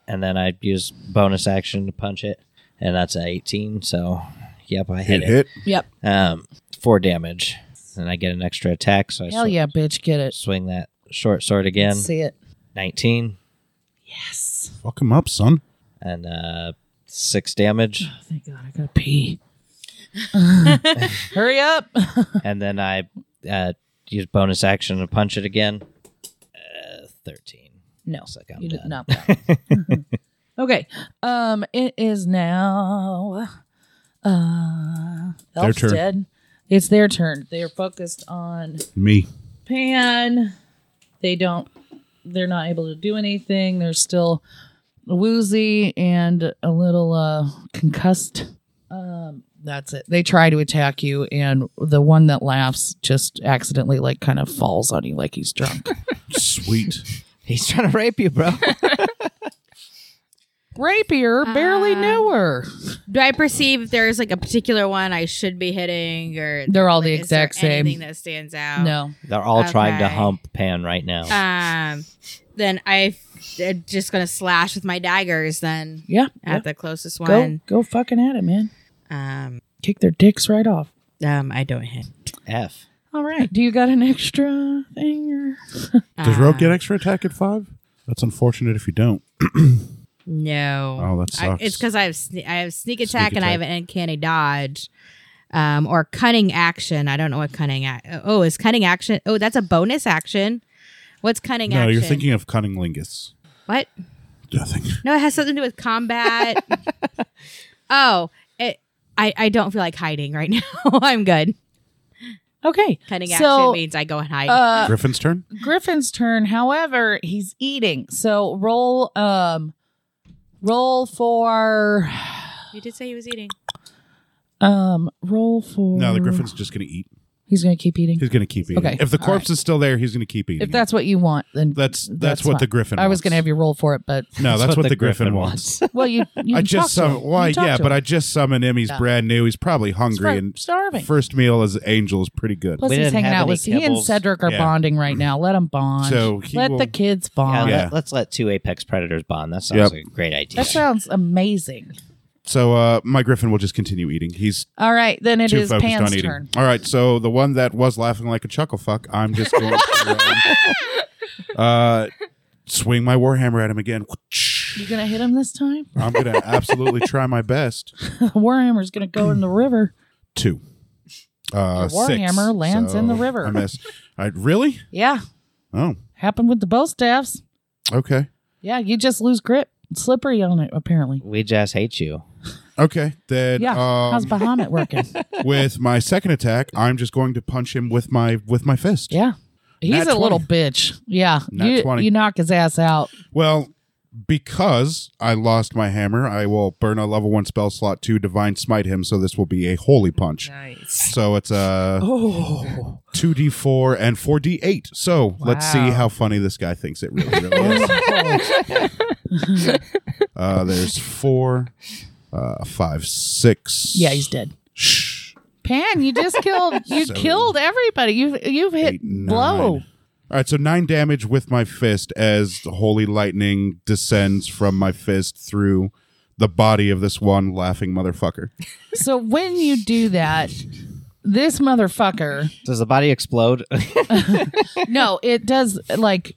and then I use bonus action to punch it, and that's a 18. So yep, I
Hit,
hit it.
hit.
Yep.
Um, four damage, and I get an extra attack. So I
Hell
sw-
yeah, bitch, get it.
swing that short sword again.
See it.
19
Yes.
Fuck him up, son.
and uh, six damage.
Oh, thank God, I gotta pee. Hurry up.
and then I uh, use bonus action to punch it again. Uh, Thirteen.
No,
Looks like I'm
you did
done.
not. Mm-hmm. okay, um, it is now. Uh,
Their
Elf's
turn.
dead. It's their turn. They are focused on
Me.
Pan. They don't. They're not able to do anything. They're still woozy and a little uh, concussed. Um, that's it. They try to attack you, and the one that laughs just accidentally, like, kind of falls on you, like he's drunk.
Sweet.
He's trying to rape you, bro.
Rapier
Uh,
barely knew her.
Do I perceive if there is like a particular one I should be hitting, or
They're all the
like, is there
exact same.
Anything that stands out?
No.
They're all trying to
Okay.
hump Pan right now.
Uh,
Um, then I am just gonna slash with my daggers then
Yeah.
at the closest
Go
one.
go fucking at it, man.
Um,
Kick their dicks right off.
um, I don't hit.
F.
All right. Do you got an extra thing or
Does Rogue
Uh,
get extra attack at five? That's unfortunate if you don't.
No.
Oh, that
I,
sucks.
it's because I have sne- I have sneak attack and I
attack.
have an uncanny dodge, um, or cunning action. I don't know what cunning. Ac- oh, is cunning action? Oh, that's a bonus action. What's cunning
no,
action?
you're thinking of Cunninglingus.
what?
Nothing.
No, it has something to do with combat. oh, it, I I don't feel like hiding right now. I'm good.
Okay.
Cunning
So,
action means I go and hide.
Uh
Griffin's turn?
Griffin's turn. However, he's eating. So roll um roll for
you did say he was eating.
um roll for
No, the Griffin's just going to eat.
He's going to keep eating.
He's going to keep eating.
Okay.
If the
All
corpse is still there, he's going to keep eating.
If
it.
that's what you want, then
that's that's,
that's
what
fine.
the Griffin.
I was
wants.
going to have you roll for it, but
No, that's, what, the Griffin, wants.
well, you, you
I
can
just
talk to
sum.
him. You
Why?
can talk
Yeah,
to
but
him.
I just summon him. He's
Yeah.
brand new. He's probably hungry
Star-
and
starving.
First meal as angel is pretty good.
Plus,
We
he's
didn't
hanging out
have any
with he and
kibbles.
Cedric are
Yeah.
bonding right now. Let them bond.
So he
let
will-
the kids
Yeah,
bond.
Yeah.
Let, us let two apex predators bond. That sounds
Yep.
like a great idea.
That sounds amazing.
So uh, my Griffin will just continue eating. He's
All right, then it
too
is
focused
Pan's
on eating.
turn.
All right. So the one that was laughing like a chuckle fuck, I'm just going to um, uh, swing my warhammer at him again.
You gonna hit him this time?
I'm gonna absolutely try my best.
Warhammer's gonna go in the river.
Two. Uh,
Your warhammer
six.
lands in the
So
river.
I miss. I really?
Yeah,
Oh,
happened with the bow staffs.
okay,
Yeah, you just lose grip, slippery on it apparently.
we just hate you.
okay. Then
Yeah,
um,
how's Bahamut working?
with my second attack, I'm just going to punch him with my with my fist.
yeah, he's
Nat
a little
20.
bitch. Yeah,
Nat
you
20.
you knock his ass out.
Well, because I lost my hammer, I will burn a level one spell slot to divine smite him. So this will be a holy punch.
Nice.
So it's a
Oh.
two d four and four d eight. So let's see
Wow.
how funny this guy thinks it really, really is. Uh, there's four, uh, five, six.
yeah, he's dead.
Shh.
Pan, you just killed. You
Seven.
killed everybody. You've you've hit
Eight, nine.
blow.
All right, so nine damage with my fist as the holy lightning descends from my fist through the body of this one laughing motherfucker.
So when you do that, this motherfucker.
Does the body explode?
No, it does like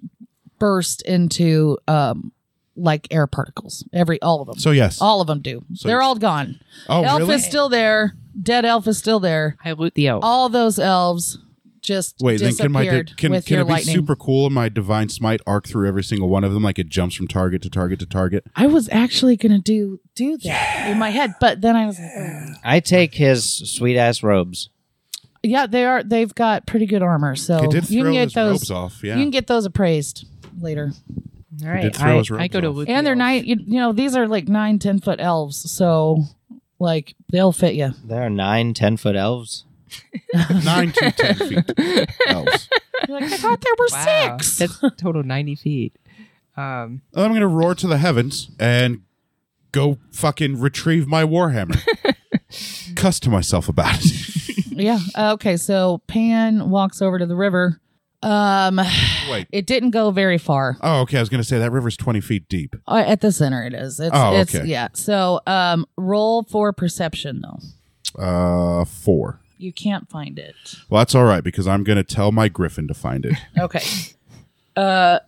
burst into um like air particles. Every all of them.
So yes.
all of them do.
So-
They're all gone.
oh,
elf
really?
is still there. Dead elf is still there.
I loot the elf.
All those elves just
Wait, then can my di-
disappeared
can,
with
can
your
it be
lightning.
super cool and my divine smite arc through every single one of them like it jumps from target to target to target?
I was actually gonna do do that in my head, but then I was like, oh. "Ugh."
I take his sweet ass robes.
yeah, they are. They've got pretty good armor, so
it did
Oh, you
throw
can get
his
those.
ropes off. Yeah.
You can get those appraised later,
All
did
right,
throw
I,
his robes
I go to
off.
loot.
and
the
they're
elf.
nine. You, you know, these are like nine, ten foot elves, so like they'll fit you.
There are nine, ten foot elves.
Nine to ten feet. Elves.
You're like, I thought there were
Wow.
six.
That's total ninety feet. Um,
I'm gonna roar to the heavens and go fucking retrieve my warhammer. Cuss to myself about it.
yeah. Uh, okay. So Pan walks over to the river. Um,
Wait.
it didn't go very far.
Oh, okay. I was gonna say that river's twenty feet deep.
Uh, at the center, it is. It's,
Oh,
it's
okay.
yeah. So um, roll for perception though.
Uh, four.
You can't find it.
Well, that's all right because I'm gonna tell my griffin to find it.
Okay. Uh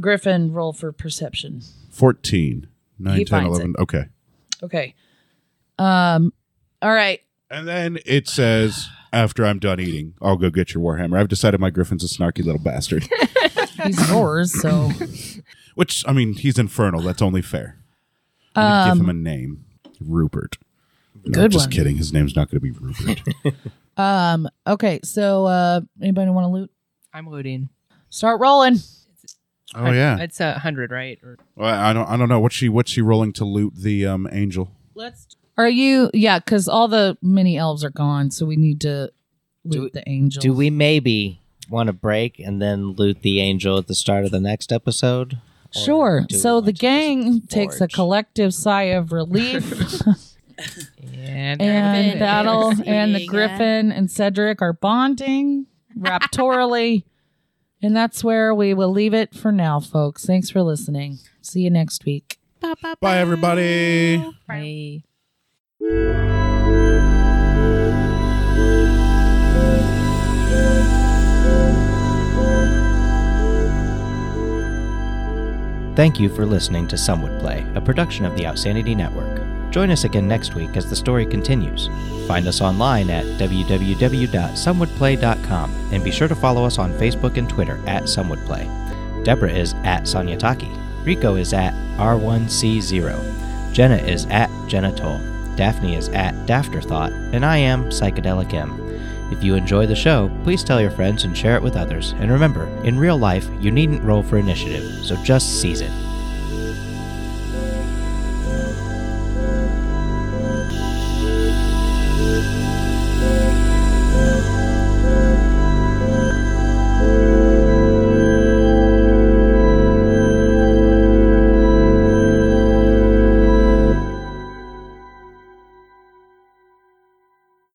Griffin roll for perception.
Fourteen. Nine,
He
10,
finds
11. Okay.
Okay. Um all right.
And then it says, after I'm done eating, I'll go get your warhammer. I've decided my griffin's a snarky little bastard.
He's yours, so
Which I mean, he's infernal. That's only fair. I'm gonna give him a name, Rupert. No,
Um, Good
just
one.
kidding. His name's not gonna be Rupert.
um okay, so uh anybody want to loot?
I'm looting.
Start rolling.
oh yeah.
it's a hundred, right? Or
Well, I don't. I don't know. What's she? What's she rolling to loot the um angel?
Let's Are you yeah, cuz all the mini elves are gone, so we need to
Do
loot the angel.
Do we maybe want to break and then loot the angel at the start of the next episode? Or
Sure.
do we
So
want
the
to just
gang takes a
forge?
collective sigh of relief
and
and that'll and the
Yeah.
griffin and cedric are bonding raptorally and that's where we will leave it for now folks thanks for listening see you next week
Bye, everybody.
Bye.
Thank you for listening to Some Would Play, a production of the Outsanity Network. Join us again next week as the story continues. Find us online at www.somewouldplay.com and be sure to follow us on Facebook and Twitter at Some Would Play. Deborah is at Sonia Taki. Rico is at R1C0. Jenna is at Jenna Toll. Daphne is at Dafterthought. And I am Psychedelic M. If you enjoy the show, please tell your friends and share it with others. And remember, in real life, you needn't roll for initiative, so just seize it.